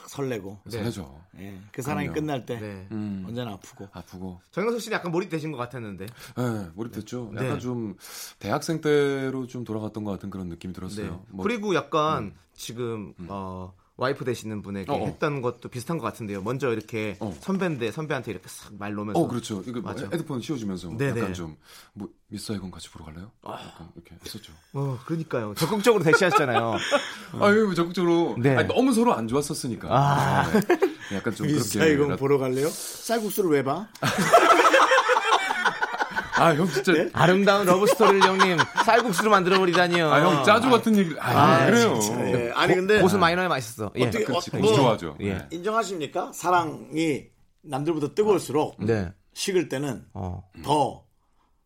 설레고. 잘해줘. 예, 그 사랑이 그럼요. 끝날 때 네. 음, 언제나 아프고. 아프고. 정영석 씨는 약간 몰입되신 것 같았는데 예, 몰입됐죠. 약간 좀, 대학생 때로 좀 돌아갔던 것 같은 그런 느낌이 네. 들었어요. 뭐, 그리고 약간 음. 지금 어, 와이프 되시는 분에게 어, 어. 했던 것도 비슷한 것 같은데요. 먼저 이렇게 어. 선배인데 선배한테 이렇게 싹 말 놓으면서 어, 그렇죠. 이거 뭐 맞아. 헤드폰 씌워주면서 네네. 약간 좀, 뭐, 미스 사이건 같이 보러 갈래요? 약간 이렇게 했었죠. 어, 그러니까요. 적극적으로 대시하시잖아요. 아유, 적극적으로. 네. 아니, 너무 서로 안 좋았었으니까. 네. 약간 좀 미스터 그렇게. 이건 보러 갈래요? 쌀국수를 왜 봐? 아, 형 진짜. 네? 아름다운 러브스토리를 형님 쌀국수로 만들어버리다니요. 아, 형 짜주 같은 얘기. 아, 그래요. 예, 아니 근데 어. 고수 마이너에 맛있어. 예. 어떻게- 그렇지, 어, 공주 뭐, 좋아하죠. 예. 네. 인정하십니까? 사랑이 남들보다 뜨거울수록 네. 식을 때는 어. 더,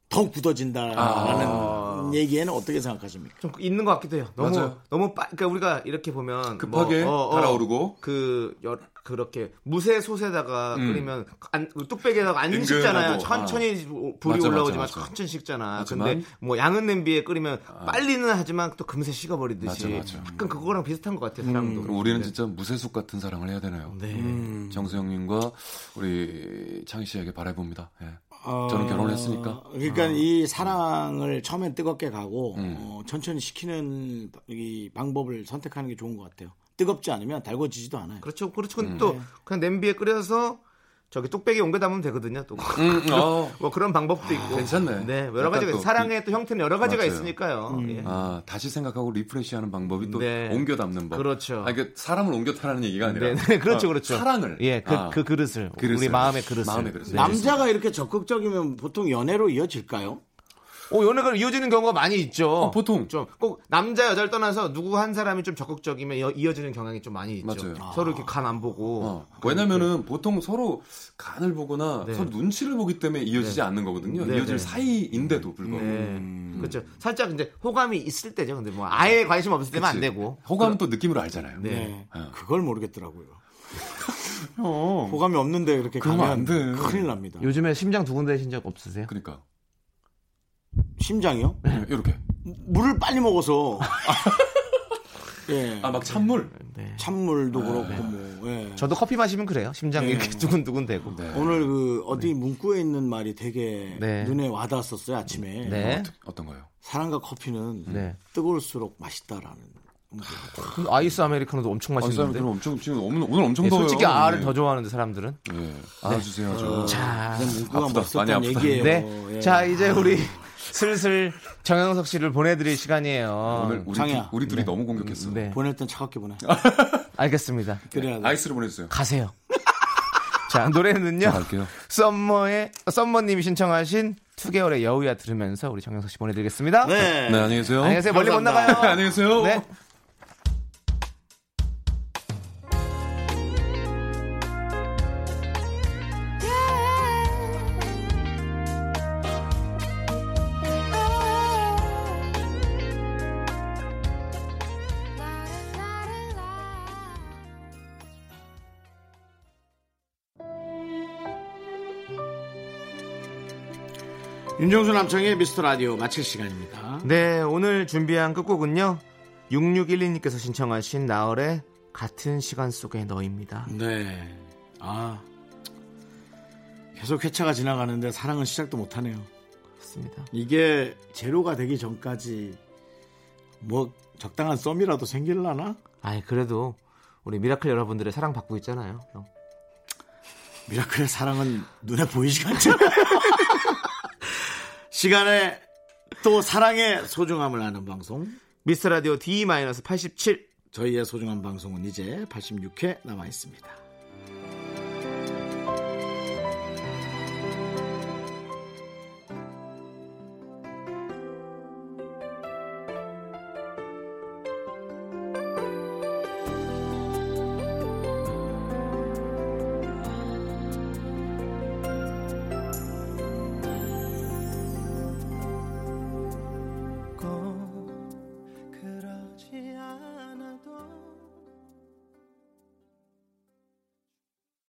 더 굳어진다라는 아. 얘기에는 어떻게 생각하십니까? 좀 있는 것 같기도 해요. 너무 맞아요. 너무 빠, 그러니까 우리가 이렇게 보면 뭐, 어, 급하게 달아오르고. 그 여, 그렇게 무쇠 솥에다가 끓이면 안, 그 뚝배기에다가 안 음. 은근하고. 식잖아요. 천천히 불이 맞아, 올라오지만 맞아, 맞아. 천천히 식잖아. 하지만- 아. 근데 뭐 양은 냄비에 끓이면 빨리는 하지만 또 금세 식어버리듯이 맞아, 맞아. 약간 그거랑 비슷한 것 같아요. 사랑도. 그럼 우리는 진짜 무쇠속 같은 사랑을 해야 되나요? 음. 네. 정수영님과 우리 창희 씨에게 바라봅니다. 예. 저는 결혼을 했으니까. 아. 그러니까 이 사랑을 처음엔 뜨겁게 가고 음. 어, 천천히 식히는 이 방법을 선택하는 게 좋은 것 같아요. 뜨겁지 않으면 달궈지지도 않아요. 그렇죠. 그렇죠. 음. 근데 또 그냥 냄비에 끓여서 저기 뚝배기 옮겨 담으면 되거든요. 또. 음, 어. 뭐 그런 방법도 있고. 괜찮네. 네, 여러 약간 가지가 또 있- 사랑의 또 형태는 여러 가지가 맞아요. 있으니까요. 예. 아, 다시 생각하고 리프레시하는 방법이 또 네. 옮겨 담는 법. 그렇죠. 아, 그러니까 사람을 옮겨 타라는 얘기가 아니라. 네, 네, 그렇죠, 어, 그렇죠. 사랑을. 예, 그, 아, 그 그릇을, 우리 그릇을. 마음의 그릇을. 마음의 그릇을. 네. 남자가 이렇게 적극적이면 보통 연애로 이어질까요? 어, 연애가 이어지는 경우가 많이 있죠. 네. 보통. 좀 꼭 남자 여자를 떠나서 누구 한 사람이 좀 적극적이면 이어- 이어지는 경향이 좀 많이 있죠. 맞아요. 서로 이렇게 간 안 보고. 그러니까 어, 왜냐면은 보통 서로 간을 보거나 그 네. 서로 눈치를 보기 때문에 이어지지 않는 거거든요. 네, 네. 이어질 사이인데도 불구하고. 음. 네. 그렇죠. 살짝 이제 호감이 있을 때죠. 근데 뭐 아예 어. 관심 없을 때면 안 되고. 호감은 또 느낌으로 알잖아요. 네. 어. 그걸 모르겠더라고요. 형. 호감이 없는데 그렇게 어. 그러면 가면 안 돼. 큰일 납니다. 요즘에 심장 두근대 하신 적 없으세요? 그러니까. 심장이요? 이렇게. 물을 빨리 먹어서 예 아, 막 찬물. 네. 찬물도 그렇고 뭐 예. 아, 저도 커피 마시면 그래요. 네. 심장이 이렇게 두근두근 되고. 네. 오늘 그 어디 문구에 있는 말이 되게 네. 눈에 와닿았었어요 아침에 어떤 거요? 뭐 사랑과 커피는 네. 뜨거울수록 맛있다라는 그 아이스 아메리카노도 엄청 아, 맛있는데. 사람들은 엄청 지금 오늘, 오늘 엄청 예, 더워요. 네. 솔직히 알을 더 좋아하는데 사람들은. 예. 알아주세요. 저. 자, 어, 그런 문구가 아프다. 멋있었던 많이 아프다. 얘기예요. 네. 예. 자, 이제 우리 슬슬 정영석 씨를 보내드릴 시간이에요. 오늘 우리, 장이야. 둘- 우리 둘이 너무 공격했어. 네. 보낼 땐 차갑게 보내. 알겠습니다. 그래야 돼. 아, 아이스로 보내주세요. 가세요. 자, 노래는요. 갈게요. 썸머의, 썸머님이 신청하신 2개월의 여우야 들으면서 우리 정영석 씨 보내드리겠습니다. 네. 네, 안녕히 계세요. 안녕히 계세요. 멀리 못 나가요. 안녕히 계세요. 네. Oh, 윤정수 남창의 미스터 라디오 마칠 시간입니다. 네, 오늘 준비한 끝곡은요. 6612님께서 신청하신 나얼의 같은 시간 속의 너입니다. 네. 아. 계속 회차가 지나가는데 사랑은 시작도 못하네요. 그렇습니다. 이게 제로가 되기 전까지 뭐 적당한 썸이라도 생길라나? 아이 그래도 우리 미라클 여러분들의 사랑 받고 있잖아요. 형. 미라클의 사랑은 눈에 보이지가 않잖아요. 시간에 또 사랑의 소중함을 아는 방송. 미스 라디오 D-87 저희의 소중한 방송은 이제 86회 남아 있습니다.